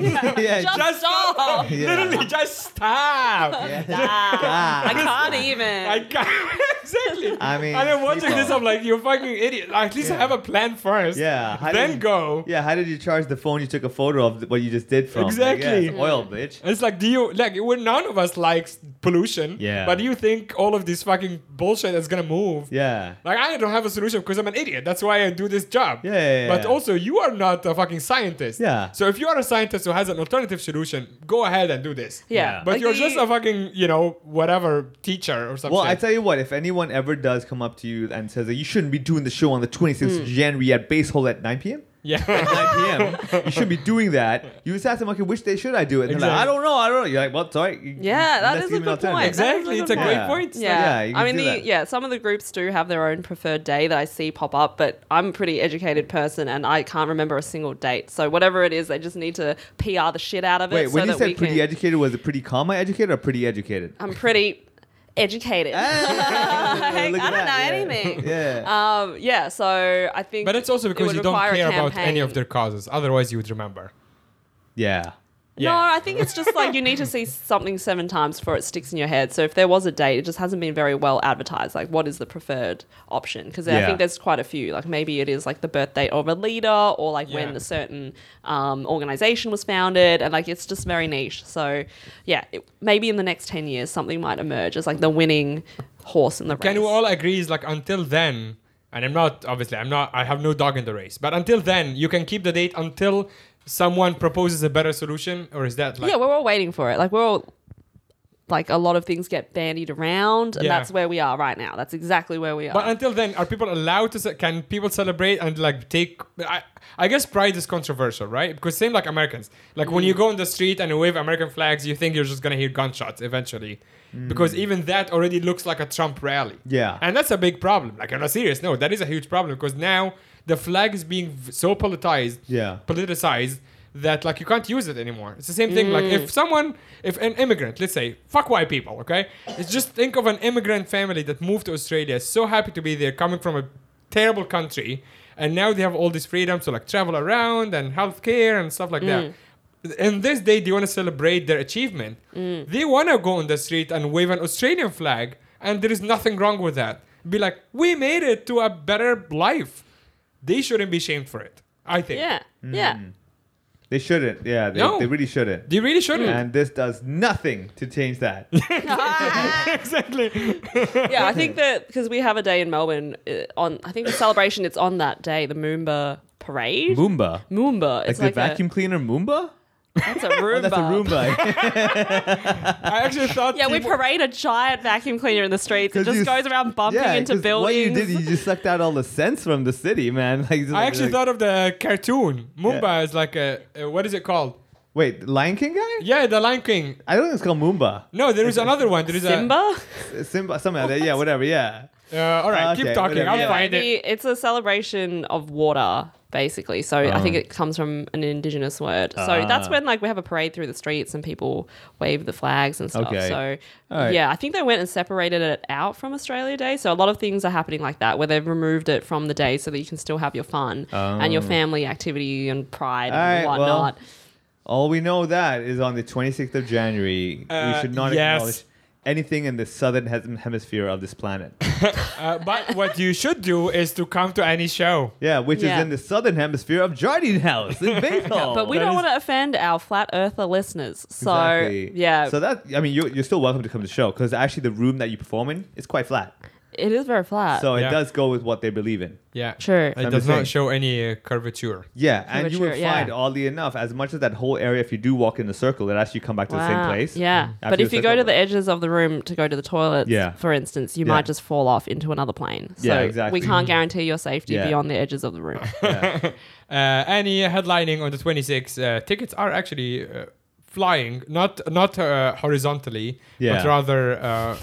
S5: yeah,
S3: Just,
S4: Just
S3: stop.
S5: Yeah.
S4: Literally, just stop.
S5: <laughs>
S3: Ah, I can't even.
S4: I can't. <laughs> exactly.
S5: I mean,
S4: and I'm watching
S5: people-
S4: this. I'm like, you fucking idiot. At least have a plan first.
S5: Yeah, how
S4: Then
S5: did you-
S4: go.
S5: Yeah, how did you charge the phone you took a photo of th- what you just did from? Like, yeah,
S4: Exactly.
S5: it's oil, bitch.
S4: It's like, do you like? Well, none of us likes pollution.
S5: Yeah.
S4: But do you think all of this fucking bullshit is gonna move?
S5: Yeah.
S4: Like I don't have a solution because I'm an idiot. That's why I do this job.
S5: Yeah, yeah, yeah,
S4: But
S5: yeah.
S4: also, you are not a fucking scientist.
S5: Yeah.
S4: So if you are a scientist who has an alternative solution, go ahead and do this.
S3: yeah,
S4: But
S3: Like,
S4: you're
S3: the-
S4: just a fucking, you know, whatever teacher or something.
S5: Well, I tell you what, if anyone ever does come up to you and says that you shouldn't be doing the show on the
S4: Hmm.
S5: 26th of January at Base Hole at 9 p.m.,
S4: yeah. <laughs>
S5: 9 p.m., <laughs> you should be doing that. You just ask them, okay, which day should I do it? And they're like, I
S4: Exactly.
S5: don't know, I don't know. You're like, well, sorry.
S3: Yeah, that
S5: Let's
S3: is
S5: give
S3: a
S5: me an
S3: good
S5: alternative.
S3: point. That is
S4: Exactly,
S3: a
S4: it's a
S3: good
S4: great
S5: Yeah.
S4: point.
S5: yeah,
S3: Yeah,
S5: you
S3: I
S5: can
S3: mean,
S5: do
S3: the,
S5: that.
S3: yeah, some of the groups do have their own preferred day that I see pop up, but I'm a pretty educated person and I can't remember a single date. So whatever it is, they just need to PR the shit out of
S5: Wait,
S3: it. so
S5: when you
S3: that we
S5: said pretty
S3: can,
S5: educated, was it pretty comma educated or
S3: <laughs>
S5: pretty educated?
S3: I'm pretty educated. <laughs>
S5: I
S3: I don't know anything.
S5: <laughs> Yeah.
S3: Um, yeah, so I think,
S4: But it's also
S3: it
S4: because
S3: would
S4: you don't
S3: require a
S4: care about any of
S3: campaign.
S4: their causes. Otherwise, you would remember.
S5: Yeah.
S3: No, I think it's just like you need to see something seven times before it sticks in your head. So if there was a date, it just hasn't been very well advertised. Like, what is the preferred option? Because I
S5: Yeah.
S3: think there's quite a few. Like, maybe it is like the birth date of a leader or like when
S4: Yeah.
S3: a certain um, organization was founded. And like, it's just very niche. So yeah, it, maybe in the next 10 years, something might emerge as like the winning horse in the race.
S4: Can we all agree is like until then, and I'm not, obviously, I'm not, I have no dog in the race, but until then, you can keep the date until someone proposes a better solution? Or is that like.
S3: yeah, we're all waiting for it. Like, we're all. Like a lot of things get bandied around, and
S4: Yeah.
S3: that's where we are right now. That's exactly where we are.
S4: but until then, are people allowed to? ce- Can people celebrate and like take? I, I guess pride is controversial, right? Because same like Americans, like when you
S5: Mm.
S4: go on the street and wave American flags, you think you're just gonna hear gunshots eventually, because even that already looks like a Trump rally.
S5: Mm. Yeah.
S4: and that's a big problem. Like I'm not serious. No, that is a huge problem because now the flag is being v- so politicized.
S5: Yeah.
S4: politicized. That like you can't use it anymore. It's the same thing. Like if someone, if an immigrant, let's say, fuck white people, okay? It's just think of an immigrant family that moved to Australia, so happy to be there, coming from a terrible country, and now they have all this freedom to like travel around and healthcare and stuff like that. And this day, they want to celebrate their achievement. They want to go on the street and wave an Australian flag, and there is nothing wrong with that. Be like, we made it to a better life. They shouldn't be shamed for it. I think.
S3: yeah,
S5: Mm.
S3: yeah.
S5: They shouldn't. Yeah, they,
S4: No.
S5: they really shouldn't.
S4: They really shouldn't.
S5: And this does nothing to change
S4: <laughs>
S5: that.
S4: exactly.
S3: yeah, I think that because we have a day in Melbourne uh, on, I think the celebration it's on that day, the Moomba parade.
S5: Moomba.
S3: Moomba,
S5: Like
S3: it's
S5: the vacuum cleaner Moomba?
S3: A, that's
S5: <laughs>
S3: a Roomba.
S5: That's a
S3: <laughs>
S5: Roomba.
S4: I actually thought.
S3: Yeah, we
S4: people-
S3: parade a giant vacuum cleaner in the streets. It
S5: 'Cause
S3: just
S5: you-
S3: goes around bumping into
S5: 'cause
S3: buildings.
S5: What you did, you just sucked out all the sense from the city, man. <laughs> Like, just
S4: I
S5: like-
S4: actually
S5: like-
S4: thought of the cartoon. Moomba is like a, a what is it called?
S5: Wait, Lion King guy?
S4: Yeah, the Lion King.
S5: I don't think it's called Moomba.
S4: No, there is another one. There is
S3: Simba.
S5: S- Simba, something like that. Yeah, whatever. Yeah.
S4: a. Uh, all right,
S5: Okay,
S4: keep talking.
S5: whatever,
S4: I'll
S5: yeah.
S4: find it.
S3: The- it's a celebration of water basically. So I
S5: Uh-huh.
S3: think it comes from an indigenous word.
S5: Ah.
S3: so that's when like we have a parade through the streets and people wave the flags and stuff.
S5: Okay.
S3: So
S5: All right.
S3: yeah, I think they went and separated it out from Australia Day. So a lot of things are happening like that where they've removed it from the day so that you can still have your fun and your family activity and pride
S5: All right,
S3: and
S5: Oh. well,
S3: whatnot.
S5: All we know that is on the 26th of January, we
S4: Uh,
S5: should not
S4: yes.
S5: acknowledge anything in the southern hem- hemisphere of this planet.
S4: Uh, but what you should do is to come to any show.
S5: Yeah, which
S3: Yeah.
S5: is in the southern hemisphere of Jardine House
S3: <laughs>
S5: in Basel.
S3: but we don't want to offend our flat earther listeners. So
S5: Exactly.
S3: yeah,
S5: So that I mean, you're, you're still welcome to come to the show because actually the room that you perform in is quite flat,
S3: it is very flat.
S5: so
S4: Yeah.
S5: it does go with what they believe in.
S4: <laughs> Yeah.
S3: Sure.
S4: It
S5: I'm
S4: does
S5: just saying.
S4: not show any uh, curvature.
S5: Yeah, and you will
S3: Curvature, yeah.
S5: find, oddly enough, as much as that whole area, if you do walk in a circle, it actually come back to the same
S3: Wow.
S5: place. Mm.
S3: Yeah.
S5: After
S3: But
S5: you
S3: if you
S5: circle
S3: go to
S5: it.
S3: the edges of the room to go to the toilets,
S5: Yeah.
S3: for instance, you
S5: Yeah.
S3: might just fall off into another plane. So
S5: Yeah, exactly.
S3: we can't guarantee your safety
S5: Yeah.
S3: beyond the edges of the room.
S4: Uh, any headlining on the 26th, uh, tickets are actually uh, flying, not not uh, horizontally,
S5: Yeah.
S4: but rather uh,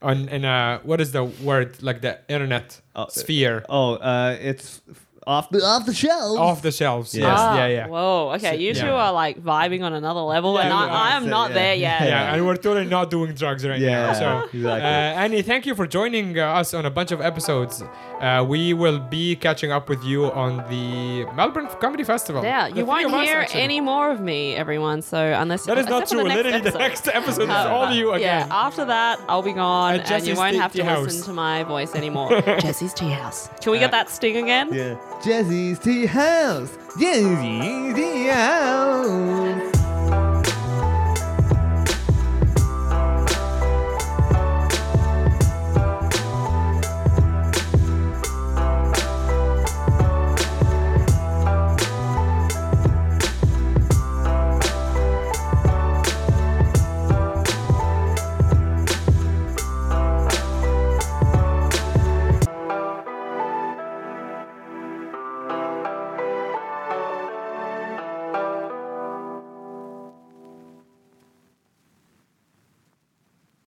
S4: on in a what is the word like the internet
S5: Oh,
S4: sphere
S5: oh, uh, it's f- off the off the shelves.
S4: off the shelves.
S5: Yeah.
S4: Yes,
S3: Ah,
S4: <laughs> yeah, yeah.
S3: Whoa. Okay. You two
S4: yeah.
S3: are like vibing on another level,
S4: Yeah,
S3: and
S4: we
S3: I,
S4: are.
S3: I am not
S5: Yeah.
S3: there yet.
S4: yeah, and we're totally not doing drugs right
S5: Yeah,
S4: now. So,
S5: <laughs> exactly.
S4: uh, Annie, thank you for joining uh, us on a bunch of episodes. Uh, we will be catching up with you on the Melbourne Comedy Festival.
S3: Yeah,
S4: The
S3: you
S4: three
S3: won't
S4: of us,
S3: hear
S4: actually.
S3: any more of me, everyone. So unless
S4: That is not
S3: except for
S4: true.
S3: the
S4: Literally,
S3: next
S4: the
S3: episode. Oh,
S4: next episode is all you again.
S3: Yeah, after that, I'll be gone,
S4: At
S3: and you
S4: Jesse's
S3: won't have to
S4: Tea Uh, House.
S3: listen to my voice anymore. Jesse's Tea House. Can we get that sting again?
S5: Yeah. Jazzy's Tea House. Jazzy's Tea House.